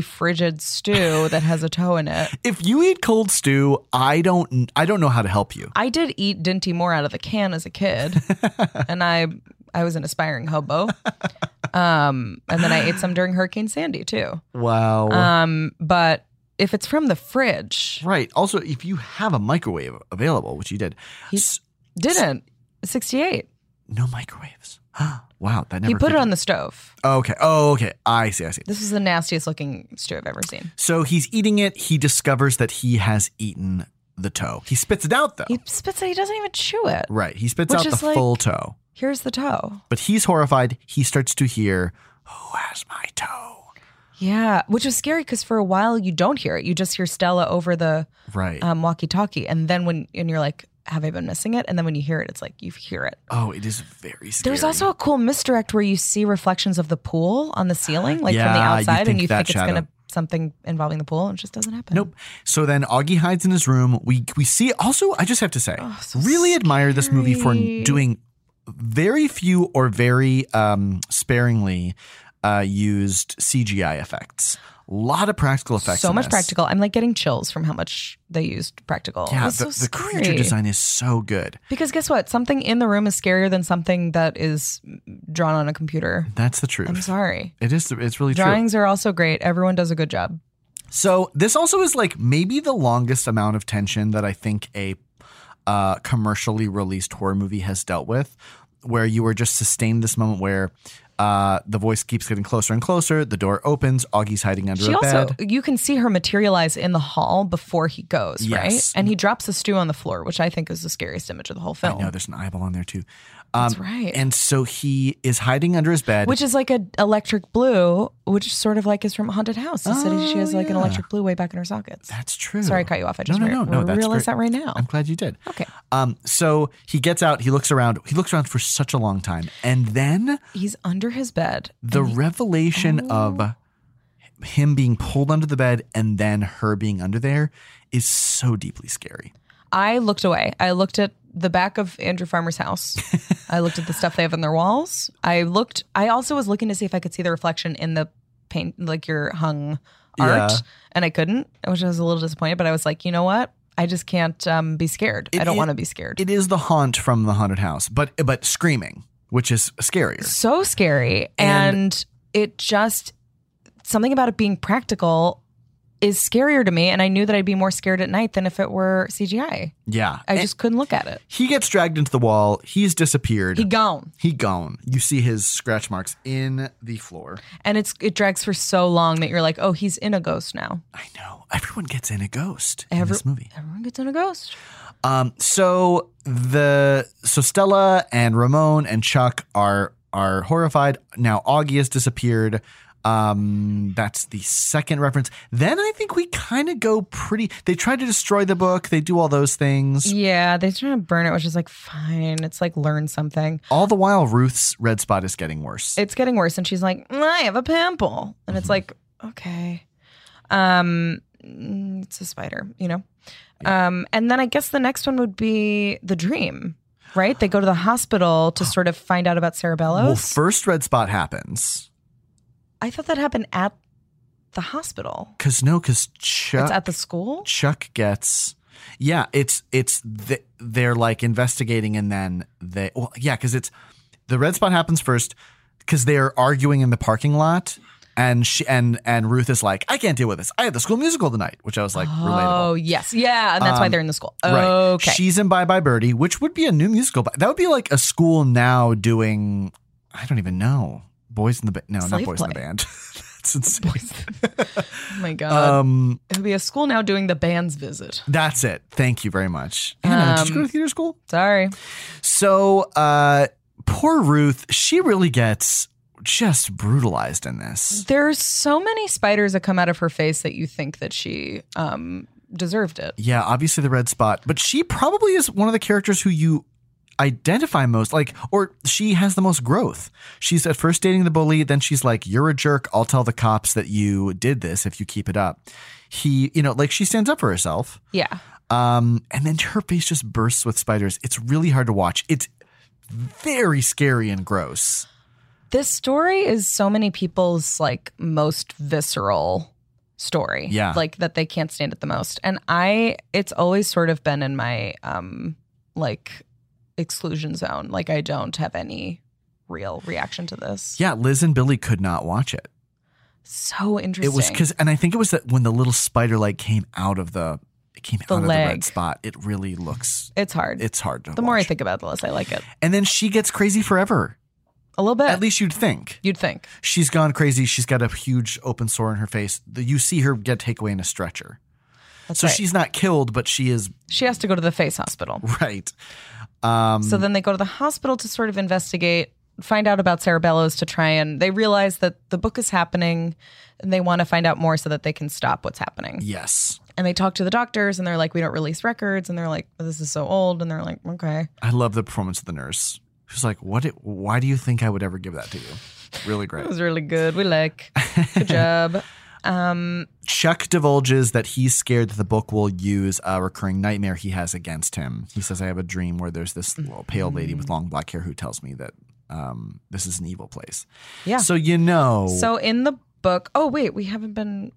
frigid stew that has a toe in it." if you eat cold stew, I don't, I don't know how to help you. I did eat Dinty Moore out of the can as a kid, and I I was an aspiring hobo. Um, and then I ate some during Hurricane Sandy too. Wow, Um, but if it's from the fridge, Right. Also, if you have a microwave available, which you did, He- s- didn't. 68. no microwaves. wow, that never. He put it occurred on the stove. to- Okay. Oh, okay. I see. I see. This is the nastiest looking stew I've ever seen. So he's eating it. He discovers that he has eaten the toe. He spits it out though. He spits it. He doesn't even chew it. right. He spits Which out is the like- full toe. Here's the toe. But he's horrified. He starts to hear, "Who has my toe?" Yeah, which is scary because for a while you don't hear it. You just hear Stella over the Right. um, walkie-talkie, and then when and you're like, "Have I been missing it?" And then when you hear it, it's like you hear it. oh, it is very scary. There's also a cool misdirect where you see reflections of the pool on the ceiling, like from the Yeah, you outside, think and you that think it's shadow. gonna something involving the pool, and it just doesn't happen. Nope. So then Augie hides in his room. We we see also I just have to say, Oh, so really admire this movie for scary. doing very few or very um sparingly uh used CGI effects. A lot of practical effects. So in much this. practical. I'm like getting chills from how much they used practical. Yeah, It's the, so the creature scary. design is so good. Because guess what? Something in the room is scarier than something that is drawn on a computer. That's the truth. I'm sorry. It is. It's really true. Drawings are also great. Everyone does a good job. So this also is like maybe the longest amount of tension that I think a uh, commercially released horror movie has dealt with, where you are just sustained this moment where uh, the voice keeps getting closer and closer, the door opens, Augie's hiding under She a also, bed. you can see her materialize in the hall before he goes, Yes. right? And he drops the stew on the floor, which I think is the scariest image of the whole I film. know there's an eyeball on there too. Um, That's right. And so he is hiding under his bed. which is like an electric blue, which is sort of like is from Haunted House. The city she has like an Oh, yeah. electric blue way back in her sockets. that's true. Sorry, I cut you off. I just no, re- no, no, that's realized great. that right now. I'm glad you did. Okay. Um, so he gets out. He looks around. He looks around for such a long time, and then He's under his bed. the revelation Oh. of him being pulled under the bed and then her being under there is so deeply scary. I looked away. I looked at the back of Andrew Farmer's house. I looked at the stuff they have on their walls. I looked. I also was looking to see if I could see the reflection in the paint, like your hung art, Yeah. and I couldn't, which I was a little disappointed. But I was like, you know what? I just can't um, be scared. It- I don't it- want to be scared. It is the haunt from the haunted house, but but screaming, which is scarier. so scary, And- and, it just something about it being practical is scarier to me. And I knew that I'd be more scared at night than if it were CGI. Yeah. I And just couldn't look at it. he gets dragged into the wall. He's disappeared. He He, gone. gone. You see his scratch marks in the floor. and it's it drags for so long that you're like, oh, he's in a ghost now. I know. Everyone gets in a ghost in Every- this movie. Everyone gets in a ghost. Um, so the so Stella and Ramon and Chuck are are horrified. Now Augie has disappeared. Um, that's the second reference. Then I think we kind of go pretty. They try to destroy the book. They do all those things. Yeah, they try to burn it, which is like fine. It's like learn something. All the while, Ruth's red spot is getting worse. It's getting worse, and she's like, "Mm, I have a pimple, and it's like, okay, um, mm, it's a spider, you know. Um, and then I guess the next one would be the dream, right? They go to the hospital to sort of find out about cerebellos. well, first red spot happens I thought that happened at the hospital. because no, because It's Chuck at the school. Chuck gets. Yeah, it's it's th- they're like investigating and then they well yeah because it's the red spot happens first because they're arguing in the parking lot and she and and Ruth is like I can't deal with this I had the school musical tonight which I was like relatable Oh yes, yeah, and that's why Um, they're in the school. right Okay, she's in Bye Bye Birdie which would be a new musical but that would be like a school now doing I don't even know Boys in the ba- no not Slave Boys in the Play. Band that's insane oh my god, um it would be a school now doing the band's visit. that's it thank you very much Anna, did you go Um, to theater school Sorry, So, uh, poor Ruth, she really gets just brutalized in this. there's so many spiders that come out of her face that you think that she um, deserved it. Yeah, obviously the red spot, but she probably is one of the characters who you identify most like or she has the most growth. She's at first dating the bully, then she's like you're a jerk, I'll tell the cops that you did this if you keep it up. He, you know, like she stands up for herself. Yeah, Um and then her face just bursts with spiders. It's really hard to watch. It's very scary and gross. this story is so many people's like most visceral story. Yeah. like that they can't stand it the most, and I it's always sort of been in my um like exclusion zone. Like I don't have any real reaction to this. Yeah, Liz and Billy could not watch it. So interesting. It was because, and I think it was that when the little spider leg came out of the, it came The out of the leg. red spot. It really looks, it's hard. it's hard to. the more I watch. think about it, the less I like it. and then she gets crazy forever. A little bit. At least you'd think You'd think. she's gone crazy. She's got a huge open sore in her face. The- You see her get taken away in a stretcher. That's so right. she's not killed, but she is she has to go to the face hospital. right. Um, So then they go to the hospital to sort of investigate, find out about Cerebello's to try and they realize that the book is happening and they want to find out more so that they can stop what's happening. yes, And they talk to the doctors and they're like, we don't release records. And they're like, "Oh, this is so old. And they're like, okay. I love the performance of the nurse. Who's like, what? It, why do you think I would ever give that to you? Really great. It was really good. We like. Good job. Um, Chuck divulges that he's scared that the book will use a recurring nightmare he has against him. He says, I have a dream where there's this little pale lady Mm-hmm. with long black hair who tells me that um, this is an evil place. Yeah. So, you know, So in the book, oh wait, we haven't been.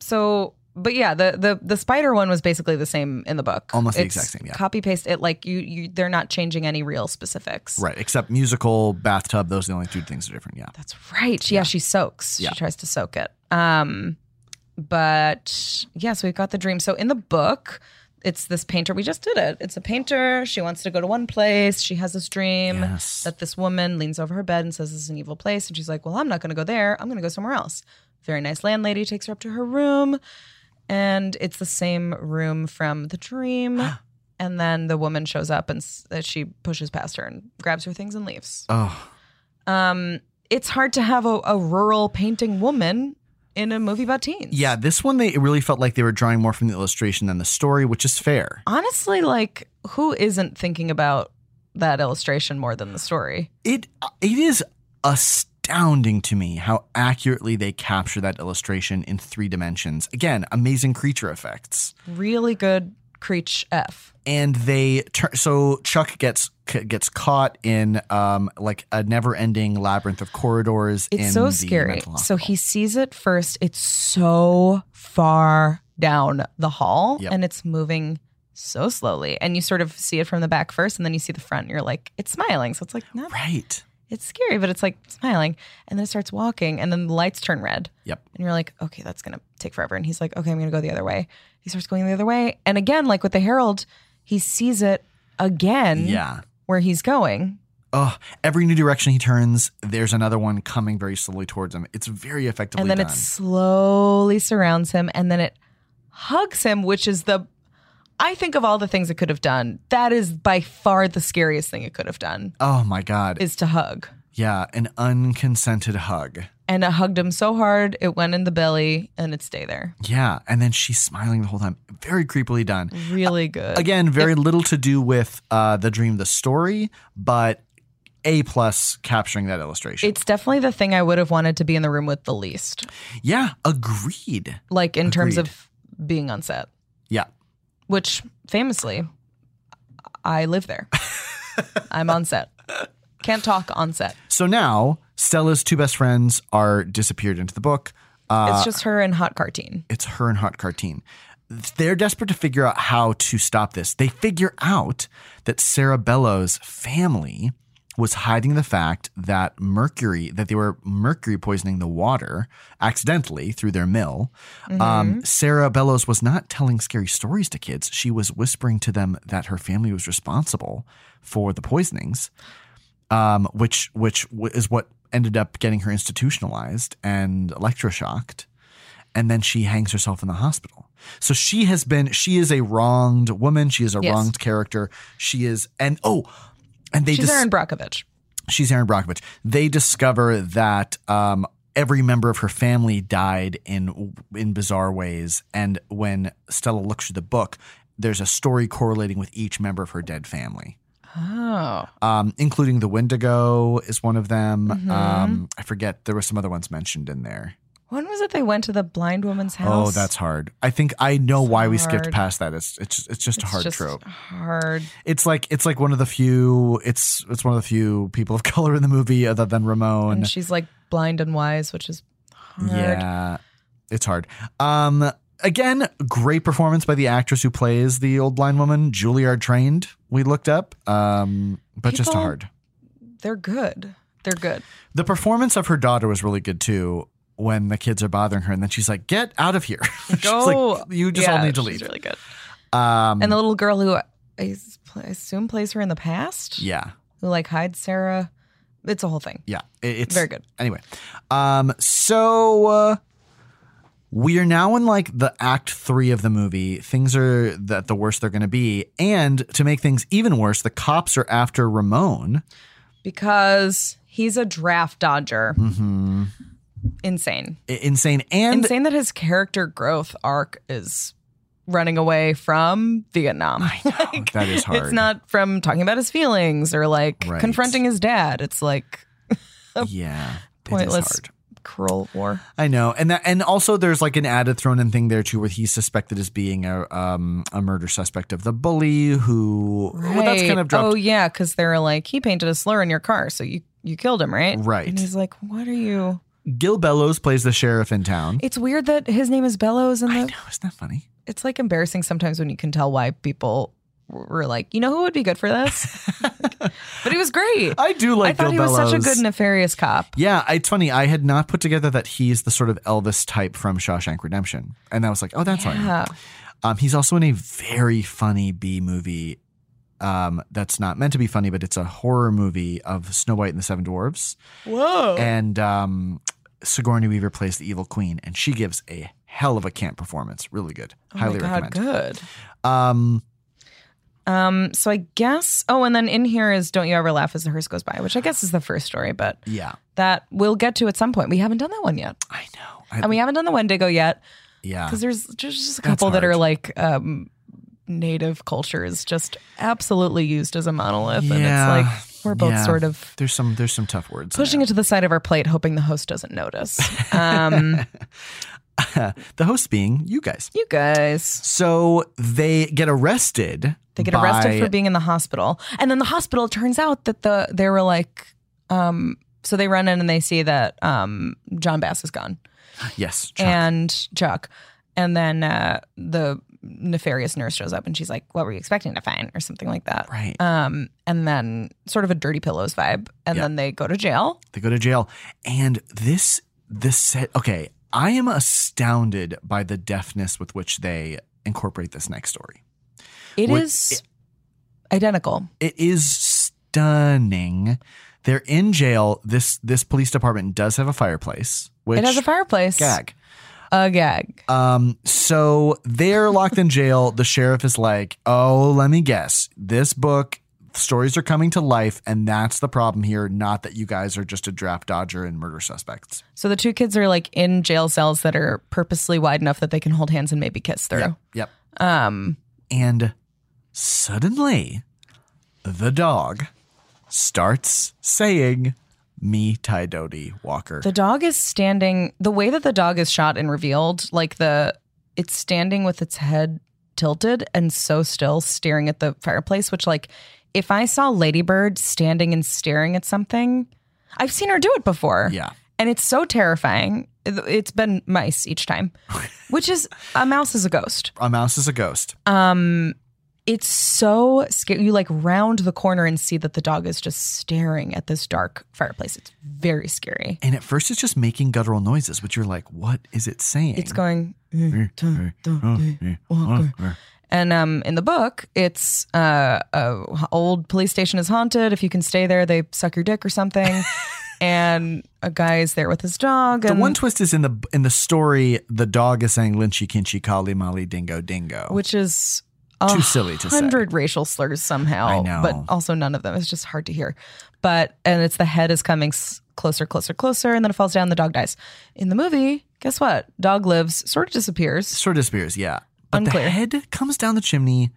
So, but yeah, the the the spider one was basically the same in the book, Almost the It's exact same, yeah. copy paste it. Like you, you, they're not changing any real specifics. right, except musical, bathtub, those are the only two things that are different. Yeah. That's right. She- Yeah, she soaks. Yeah. She tries to soak it. Um, but yeah, so we've got the dream. So in the book. It's this painter. We just did it. It's a painter. She wants to go to one place. She has this dream Yes. that this woman leans over her bed and says this is an evil place. And she's like, Well, I'm not going to go there. I'm going to go somewhere else. Very nice landlady takes her up to her room. And it's the same room from the dream. and then the woman shows up and s- that she pushes past her and grabs her things and leaves. Oh, Um, it's hard to have a, a rural painting woman in a movie about teens. yeah. This one, they it really felt like they were drawing more from the illustration than the story, which is fair. Honestly, like, who isn't thinking about that illustration more than the story? it it is astounding to me how accurately they capture that illustration in three dimensions. Again, amazing creature effects, Really good Creech F. and they tur- so Chuck gets c- gets caught in um like a never ending labyrinth of corridors. It's in so the scary. mental So hospital. he sees it first. It's so far down the hall Yep. and it's moving so slowly. And you sort of see it from the back first and then you see the front and you're like, it's smiling. So it's like, no, right. it's scary, but it's like smiling. And then it starts walking and then the lights turn red. Yep. And you're like, okay, that's going to take forever. And he's like, okay, I'm going to go the other way. He starts going the other way. And again, like with the Herald, he sees it again Yeah. where he's going. Oh, every new direction he turns, there's another one coming very slowly towards him. It's very effectively and then done. it slowly surrounds him and then it hugs him which is the i think of all the things it could have done that is by far the scariest thing it could have done oh my god. is to hug yeah, an unconsented hug. and it hugged him so hard it went in the belly and it stayed there Yeah, and then she's smiling the whole time. Very creepily done. really good Again, very little to do with uh, the dream, the story, but a plus capturing that illustration. it's definitely the thing i would have wanted to be in the room with the least yeah, agreed. like in terms Agreed. of being on set Yeah, which famously i live there i'm on set can't talk on set So now Stella's two best friends are disappeared into the book. Uh, it's just her and hot cartoon it's her and Hot Carteen. They're desperate to figure out how to stop this. They figure out that Sarah Bellows' family was hiding the fact that mercury that they were mercury poisoning the water accidentally through their mill. Um, Sarah Bellows was not telling scary stories to kids. She was whispering to them that her family was responsible for the poisonings, um, which which w- is what ended up getting her institutionalized and electroshocked and then she hangs herself in the hospital. So she has been, she is a wronged woman. She is a Yes. wronged character. She is, and oh, and they She's dis- Erin Brockovich. she's Aaron Brockovich. They discover that um, every member of her family died in in bizarre ways, and when Stella looks through the book, there's a story correlating with each member of her dead family. Oh. Um, including the Wendigo is one of them. Mhm. Um, I forget there were some other ones mentioned in there. When was it they went to the blind woman's house? Oh, that's hard. I think I know It's why we skipped hard. past that. It's it's it's just It's a hard just trope. Hard. It's like it's like one of the few. It's it's one of the few people of color in the movie other than Ramon. And she's like blind and wise, which is hard. Yeah, it's hard. Um, again, great performance by the actress who plays the old blind woman, Juilliard trained. We looked up, um, but just People- hard. They're good. They're good. The performance of her daughter was really good too. when the kids are bothering her, and then she's like, "Get out of here! She's Go. like, you just all Yeah, need to she's leave." Really good. um, And the little girl who I, s- I assume plays her in the past, yeah, who like hides Sarah. It's a whole thing. yeah, it- it's Very good. Anyway, um, so uh, we are now in like the act three of the movie. Things are at the worst they're going to be, and to make things even worse, the cops are after Ramon. because he's a draft dodger. Mhm. Insane. I- insane, and Insane that his character growth arc is running away from Vietnam. Like, Oh, that is hard. It's not from talking about his feelings or like Right. confronting his dad. It's like yeah, It is pointless hard. cruel war. I know, and that, and also there's like an added thrown in thing there too, where he's suspected as being a um a murder suspect of the bully who. Well, that's kind Right. of dropped. Oh yeah, because they're like he painted a slur in your car, so you you killed him, right? Right. And he's like, "What are you?" Gil Bellows plays the sheriff in town. It's weird that his name is Bellows, and I know, the, isn't that funny? it's like embarrassing sometimes when you can tell why people were like, "You know who would be good for this?" but he was great. I do like. I Gil thought he was such a Bellows. good nefarious cop. Yeah, it's funny. I had not put together that he's the sort of Elvis type from Shawshank Redemption, and I was like, oh, that's right. Yeah. Um, he's also in a very funny B movie. Um, that's not meant to be funny, but it's a horror movie of Snow White and the Seven Dwarfs, Whoa. and um, Sigourney Weaver plays the evil queen, and she gives a hell of a camp performance. Really good. Oh Highly my God, recommend. good. Um, Um, so I guess. Oh, and then in here is "Don't You Ever Laugh as the Hearse Goes By," which I guess is the first story, but yeah, that we'll get to at some point. We haven't done that one yet, I know. I, and we haven't done the Wendigo yet yeah, because there's just, just a Ah. That's couple that are hard. like um, native cultures, just absolutely used as a monolith, Yeah. and it's like we're both Yeah. sort of there's some there's some tough words. in pushing it to the side of our plate, hoping the host doesn't notice. Um, there. the host being you guys. you guys. So they get arrested. They get by- arrested for being in the hospital. And then the hospital it turns out that the they were like um so they run in and they see that um John Bass is gone yes, Chuck. and Chuck. And then uh the nefarious nurse shows up and she's like, What were you expecting to find? or something like that. right. Um and then sort of a dirty pillows vibe. And Yeah. then they go to jail. They go to jail, and this this set. Okay, I am astounded by the deftness with which they incorporate this next story. It is What- identical. It is stunning. They're in jail. This this police department does have a fireplace, which it has a fireplace. gag. A gag. Um, so they're locked in jail. The sheriff is like, "Oh, let me guess. This book stories are coming to life, and that's the problem here. Not that you guys are just a draft dodger and murder suspects." So the two kids are like in jail cells that are purposely wide enough that they can hold hands and maybe kiss through. Yep. Yep. Um, And suddenly, the dog starts saying, "Me, Ty Doty Walker." the dog is standing. The way that the dog is shot and revealed, like the it's standing with its head tilted and so still, staring at the fireplace. Which, like, if I saw Ladybird standing and staring at something, I've seen her do it before. yeah. and it's so terrifying. It- It's been mice each time, which is a mouse is a ghost. A mouse is a ghost. Um, it's so scary. You like round the corner and see that the dog is just staring at this dark fireplace. It's very scary. And at first, it's just making guttural noises, which you're like, "What is it saying?" It's going, mm. going. and um, in the book, it's uh, a h- old police station is haunted. If you can stay there, they suck your dick or something. and a guy is there with his dog. The and one twist is in the in the story. The dog is saying "lynchy kinchy kali mali dingo dingo," which is a Too silly to say. hundred racial slurs somehow. I know. but also none of them. It's just hard to hear. But and it's the head is coming s- closer, closer, closer, and then it falls down. The dog dies. In the movie, guess what? Dog lives, sort of disappears. sort of disappears. Yeah, but the Unclear. head comes down the chimney.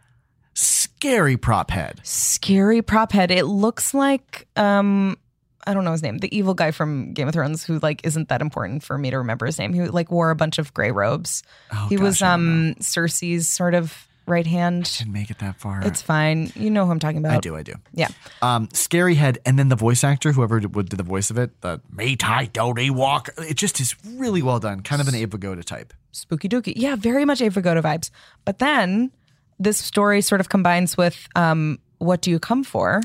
Scary prop head. Scary prop head. It looks like um. I don't know his name. The evil guy from Game of Thrones, who like isn't that important for me to remember his name. He like wore a bunch of gray robes. Oh, he gosh, was I don't know. um Cersei's sort of right hand. Didn't make it that far. It's fine. You know who I'm talking about. I do. I do. Yeah. Um, scary head, and then the voice actor, whoever did, did the voice of it, the Maytai Dodie Walker. It just is really well done. Kind of an Abe Vigoda type. spooky dooky. Yeah, very much Ava Goda vibes. But then this story sort of combines with um, what do you come for,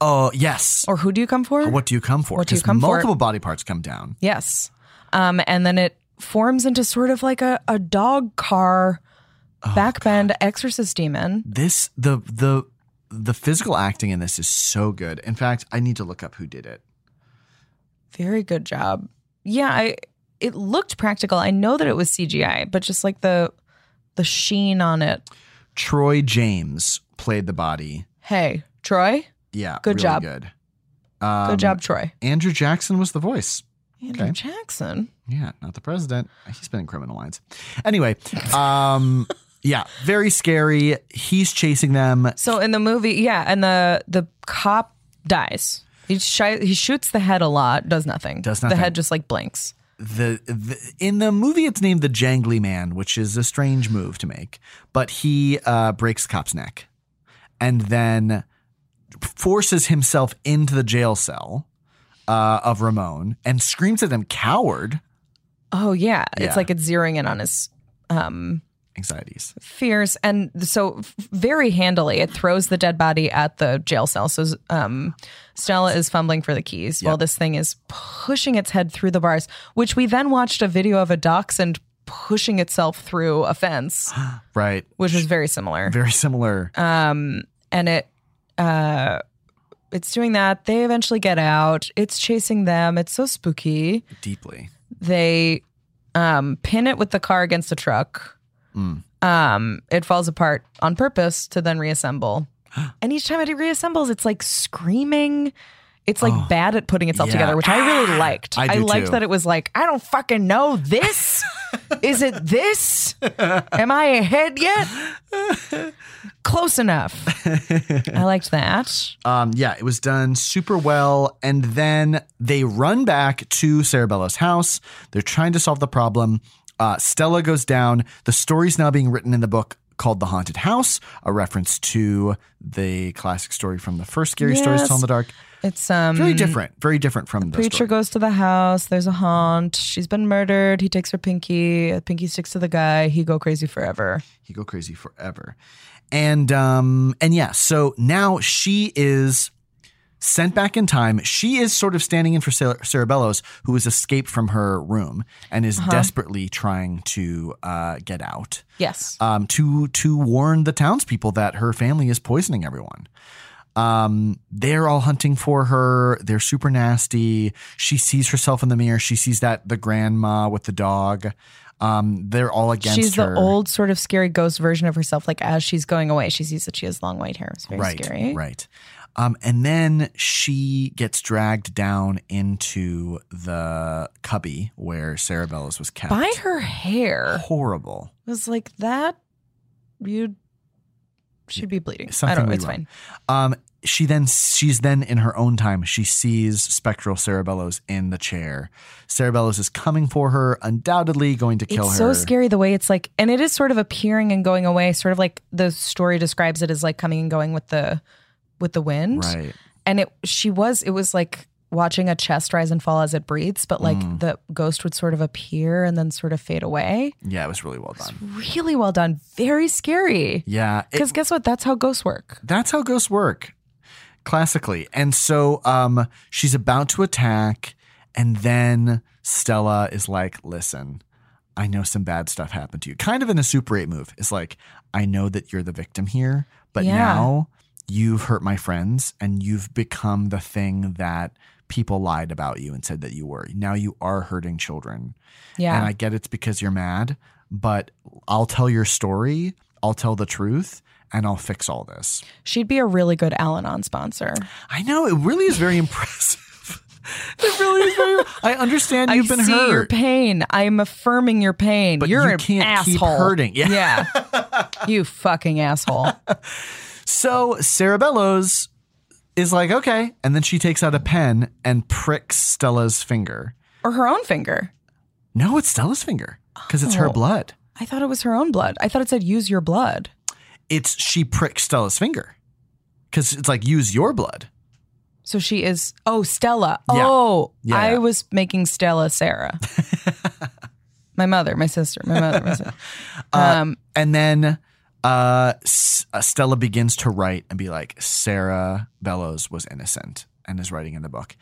Oh yes. or who do you come for? what do you come for? What do you Because come for? multiple body parts come down. Yes. Um, and then it forms into sort of like a, a dog car Oh, backbend exorcist demon. This the the the physical acting in this is so good. In fact, I need to look up who did it. Very good job. Yeah, I it looked practical. I know that it was CGI, but just like the the sheen on it. Troy James played the body. Hey, Troy. Yeah, Good really job. Good. Good Um, job, Troy. Andrew Jackson was the voice. Andrew okay. Jackson. Yeah, not the president. He's been in criminal lines. Anyway, um, yeah, very scary. He's chasing them. So in the movie, yeah, and the the cop dies. He shi- he shoots the head a lot, does nothing. Does The nothing. head just like blinks. The, the in the movie, it's named the Jangly Man, which is a strange move to make. But he uh, breaks cop's neck, and then forces himself into the jail cell uh, of Ramon and screams at him, "Coward!" Oh yeah, Yeah. it's like it's zeroing in on his um Anxieties. fears and so f- very handily it throws the dead body at the jail cell so um, stella is fumbling for the keys while this thing is pushing its head through the bars which we then watched a video of a dachshund pushing itself through a fence Right. which was very similar Very similar. um, and it uh, it's doing that they eventually get out it's chasing them it's so spooky Deeply. they um, pin it with the car against the truck. Mm. Um, it falls apart on purpose to then reassemble. and each time it reassembles, it's like screaming. It's like Oh. bad at putting itself Yeah. together, which I really liked. I do liked too. that it was like, I don't fucking know this. Is it this? Am I ahead yet? Close enough. I liked that. Um, yeah, it was done super well. And then they run back to Cerebello's house. They're trying to solve the problem. Uh, Stella goes down. The story's now being written in the book called The Haunted House, a reference to the classic story from the first Scary Stories to Yes. Tell in the Dark. It's um Very different. Very different from the Preacher story. goes to the house. There's a haunt. She's been murdered. He takes her pinky. Pinky sticks to the guy. He go crazy forever. he go crazy forever and um and yeah so now she is sent back in time she is sort of standing in for Cer- cerebellos who has escaped from her room and is Uh-huh. desperately trying to uh, get out Yes. um, to to warn the townspeople that her family is poisoning everyone. Um, they're all hunting for her. They're super nasty. She sees herself in the mirror. She sees that the grandma with the dog. Um, they're all against She's her. the old sort of scary ghost version of herself. Like as she's going away, she sees that she has long white hair. It's very right, scary. right. Um, and then she gets dragged down into the cubby where Cerebellus was kept. By her hair, Horrible. it was like that. You should be bleeding. I Something don't know. went It's wrong. fine. Um, she then she's then in her own time. She sees spectral Cerebellos in the chair. Cerebellos is coming for her, undoubtedly going to kill it's her. so scary the way it's like, and it is sort of appearing and going away. Sort of like the story describes it as like coming and going with the with the wind. Right. and it she was it was like watching a chest rise and fall as it breathes but like Mm. the ghost would sort of appear and then sort of fade away Yeah, it was really well it's done. really well done very scary Yeah. it- because guess what that's how ghosts work that's how ghosts work classically and so um she's about to attack and then stella is like listen i know some bad stuff happened to you kind of in a super 8 move it's like i know that you're the victim here but Yeah. now you've hurt my friends and you've become the thing that people lied about you and said that you were now you are hurting children and yeah I get it's because you're mad, but I'll tell your story, I'll tell the truth, and I'll fix all this. she'd be a really good al-anon sponsor I know it really is very impressive. it really is very. I understand you've I been see hurt. your pain i'm affirming your pain But you're you an can't asshole keep hurting. Yeah. Yeah. you fucking asshole So Cerebello's is like okay, and then she takes out a pen and pricks Stella's finger. or her own finger No, it's Stella's finger because it's her Oh. blood. i thought it was her own blood i thought it said use your blood It's she pricks Stella's finger because it's like use your blood. So she is. Oh, Stella. Yeah. Oh, Yeah, I yeah. was making Stella Sarah. my mother, my sister, my mother, my sister. Uh, Um, And then uh, S- uh, Stella begins to write and be like, Sarah Bellows was innocent and is writing in the book.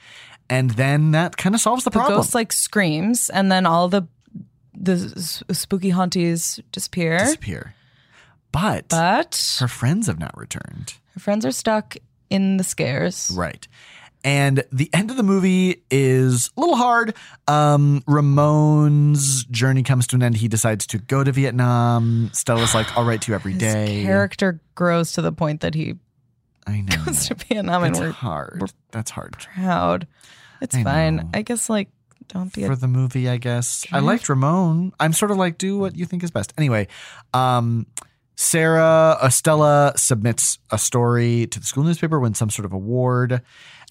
And then that kind of solves the, The problem. ghost like screams, and then all the the s- spooky haunties disappear. disappear. But, but her friends have not returned. her friends are stuck in the scares. Right. And the end of the movie is a little hard. Um, Ramon's journey comes to an end. He decides to go to Vietnam. Stella's like, I'll write to you every His day. character grows to the point that he I know. goes to Vietnam, and Mm. It's we're hard. That's hard. proud. It's I fine. know. I guess like don't be a for the movie, I guess. I Kind of. liked Ramon. I'm sort of like, do what you think is best. Anyway, um, Sarah Estella submits a story to the school newspaper, wins some sort of award.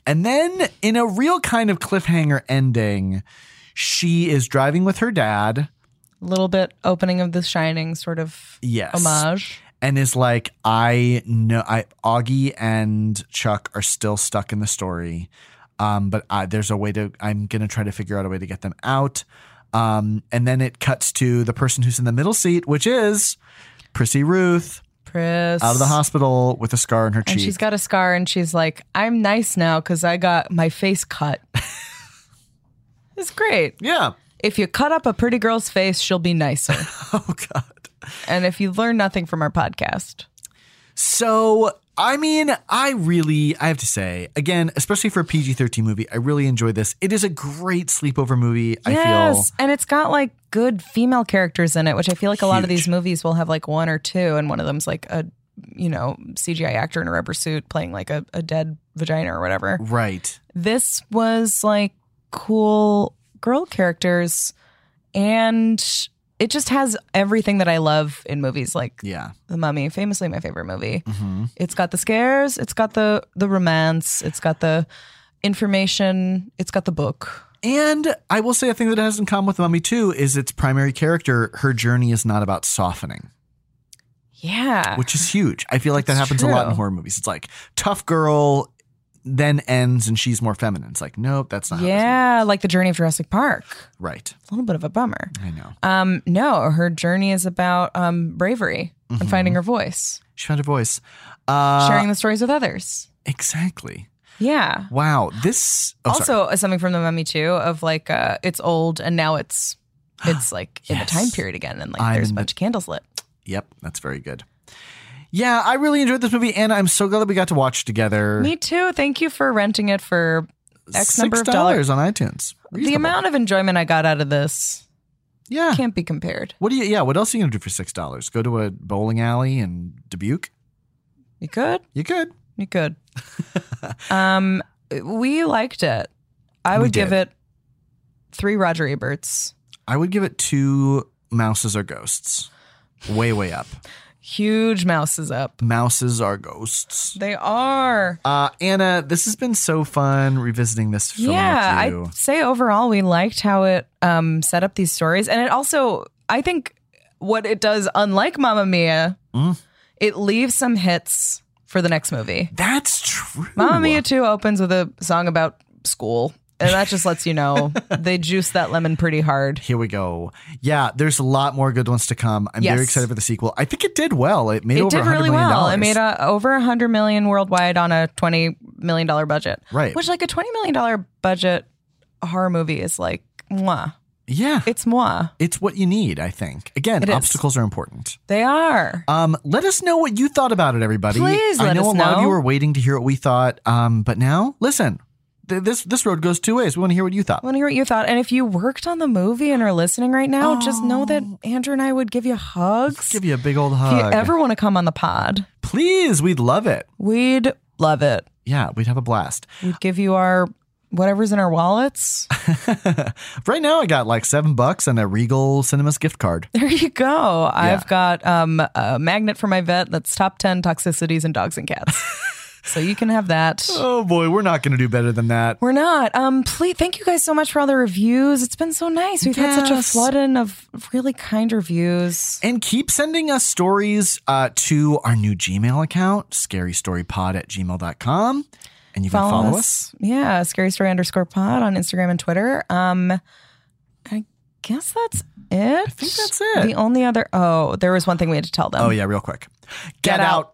And then, in a real kind of cliffhanger ending, she is driving with her dad. little bit opening of the shining sort of Yes. homage. And is like, I know, I Augie and Chuck are still stuck in the story, um, but I, there's a way to. I'm gonna try to figure out a way to get them out. Um, and then it cuts to the person who's in the middle seat, which is Prissy Ruth, Pris. out of the hospital with a scar in her And cheek. she's got a scar and she's like, I'm nice now because I got my face cut. it's great. yeah. If you cut up a pretty girl's face, she'll be nicer. Oh God. and if you learn nothing from our podcast, So, I mean, I really, I have to say, again, especially for a PG 13 movie, I really enjoy this. It is a great sleepover movie, I feel. And it's got like good female characters in it, which I feel like a lot of Huge. these movies will have like one or two, and one of them's like a you know CGI actor in a rubber suit playing like a, a dead vagina or whatever. Right. This was like cool girl characters, and it just has everything that I love in movies, like Yeah. The Mummy, famously my favorite movie. hmm It's got the scares, it's got the the romance, it's got the information, it's got the book. And I will say a thing that it has in common with Mummy 2 is its primary character, her journey is not about softening, Yeah. which is huge. I feel like that Ah. It's happens a lot in true. horror movies. It's like tough girl then ends and she's more feminine. It's like, nope, that's not how this Yeah, like the journey of Jurassic Park. works. right. A little bit of a bummer. I know. Um, no, her journey is about um, bravery and finding her voice, Mm-hmm. She found her voice. Uh, sharing the stories with others. Exactly. Yeah. Wow. This oh, sorry. also, uh, something from the Mummy too of like uh, it's old and now it's it's like in the Yes. time period again, and like I'm there's a in the- bunch of candles lit. Yep, that's very good. Yeah, I really enjoyed this movie, and I'm so glad that we got to watch together. Me too. Thank you for renting it for X Six number of dollars dollars. on iTunes. The Reasonable. amount of enjoyment I got out of this Yeah. can't be compared. What do you? Yeah. What else are you gonna do for six dollars? Go to a bowling alley in Dubuque? You could. You could. You could. um, we liked it. I We would give did. it three Roger Eberts. I would give it two mouses or ghosts. Way way up. Huge mouses up. Mouses are ghosts. They are. Uh, Anna, this has been so fun revisiting this film yeah, with you. I'd say overall we liked how it um, set up these stories, and it also, I think, what it does, unlike Mamma Mia, Mm. it leaves some hits for the next movie. That's true. Mamma Mia two opens with a song about school, and that just lets you know they juice that lemon pretty hard. Here we go. Yeah, there's a lot more good ones to come. I'm very Yes. excited for the sequel. I think it did well. It made It over did $100 really million well. It dollars. made uh, over a hundred million worldwide on a twenty million dollar budget. Right. Which, like a twenty million dollar budget horror movie, is like moi. yeah. It's moi. It's what you need, I think. Again, It is. obstacles are important. They are. Um, let us know what you thought about it, everybody. Please I let know us a lot of know. you were waiting to hear what we thought. Um, but now listen, th- this this road goes two ways. We want to hear what you thought. I want to hear what you thought. And if you worked on the movie and are listening right now, just know that Andrew and I would give you hugs. Oh. Give you a big old if hug. you ever want to come on the pod, Please, we'd love it. we'd love it. Yeah, we'd have a blast. We'd give you our whatever's in our wallets. right now, I got like seven bucks and a Regal Cinemas gift card. There you go. Yeah. I've got um, a magnet for my vet that's top 10 toxicities in dogs and cats. so you can have that. Oh boy, we're not going to do better than that. We're not. Um, please, thank you guys so much for all the reviews. It's been so nice. We've had such a Yes. flood in of really kind reviews. And keep sending us stories uh, to our new Gmail account, scarystorypod at gmail.com. And you can follow, us. Yeah, scary story underscore pod on Instagram and Twitter. Um, I guess that's it. I think that's it. The only other oh, there was one thing we had to tell them. Oh, yeah, real quick. Get out.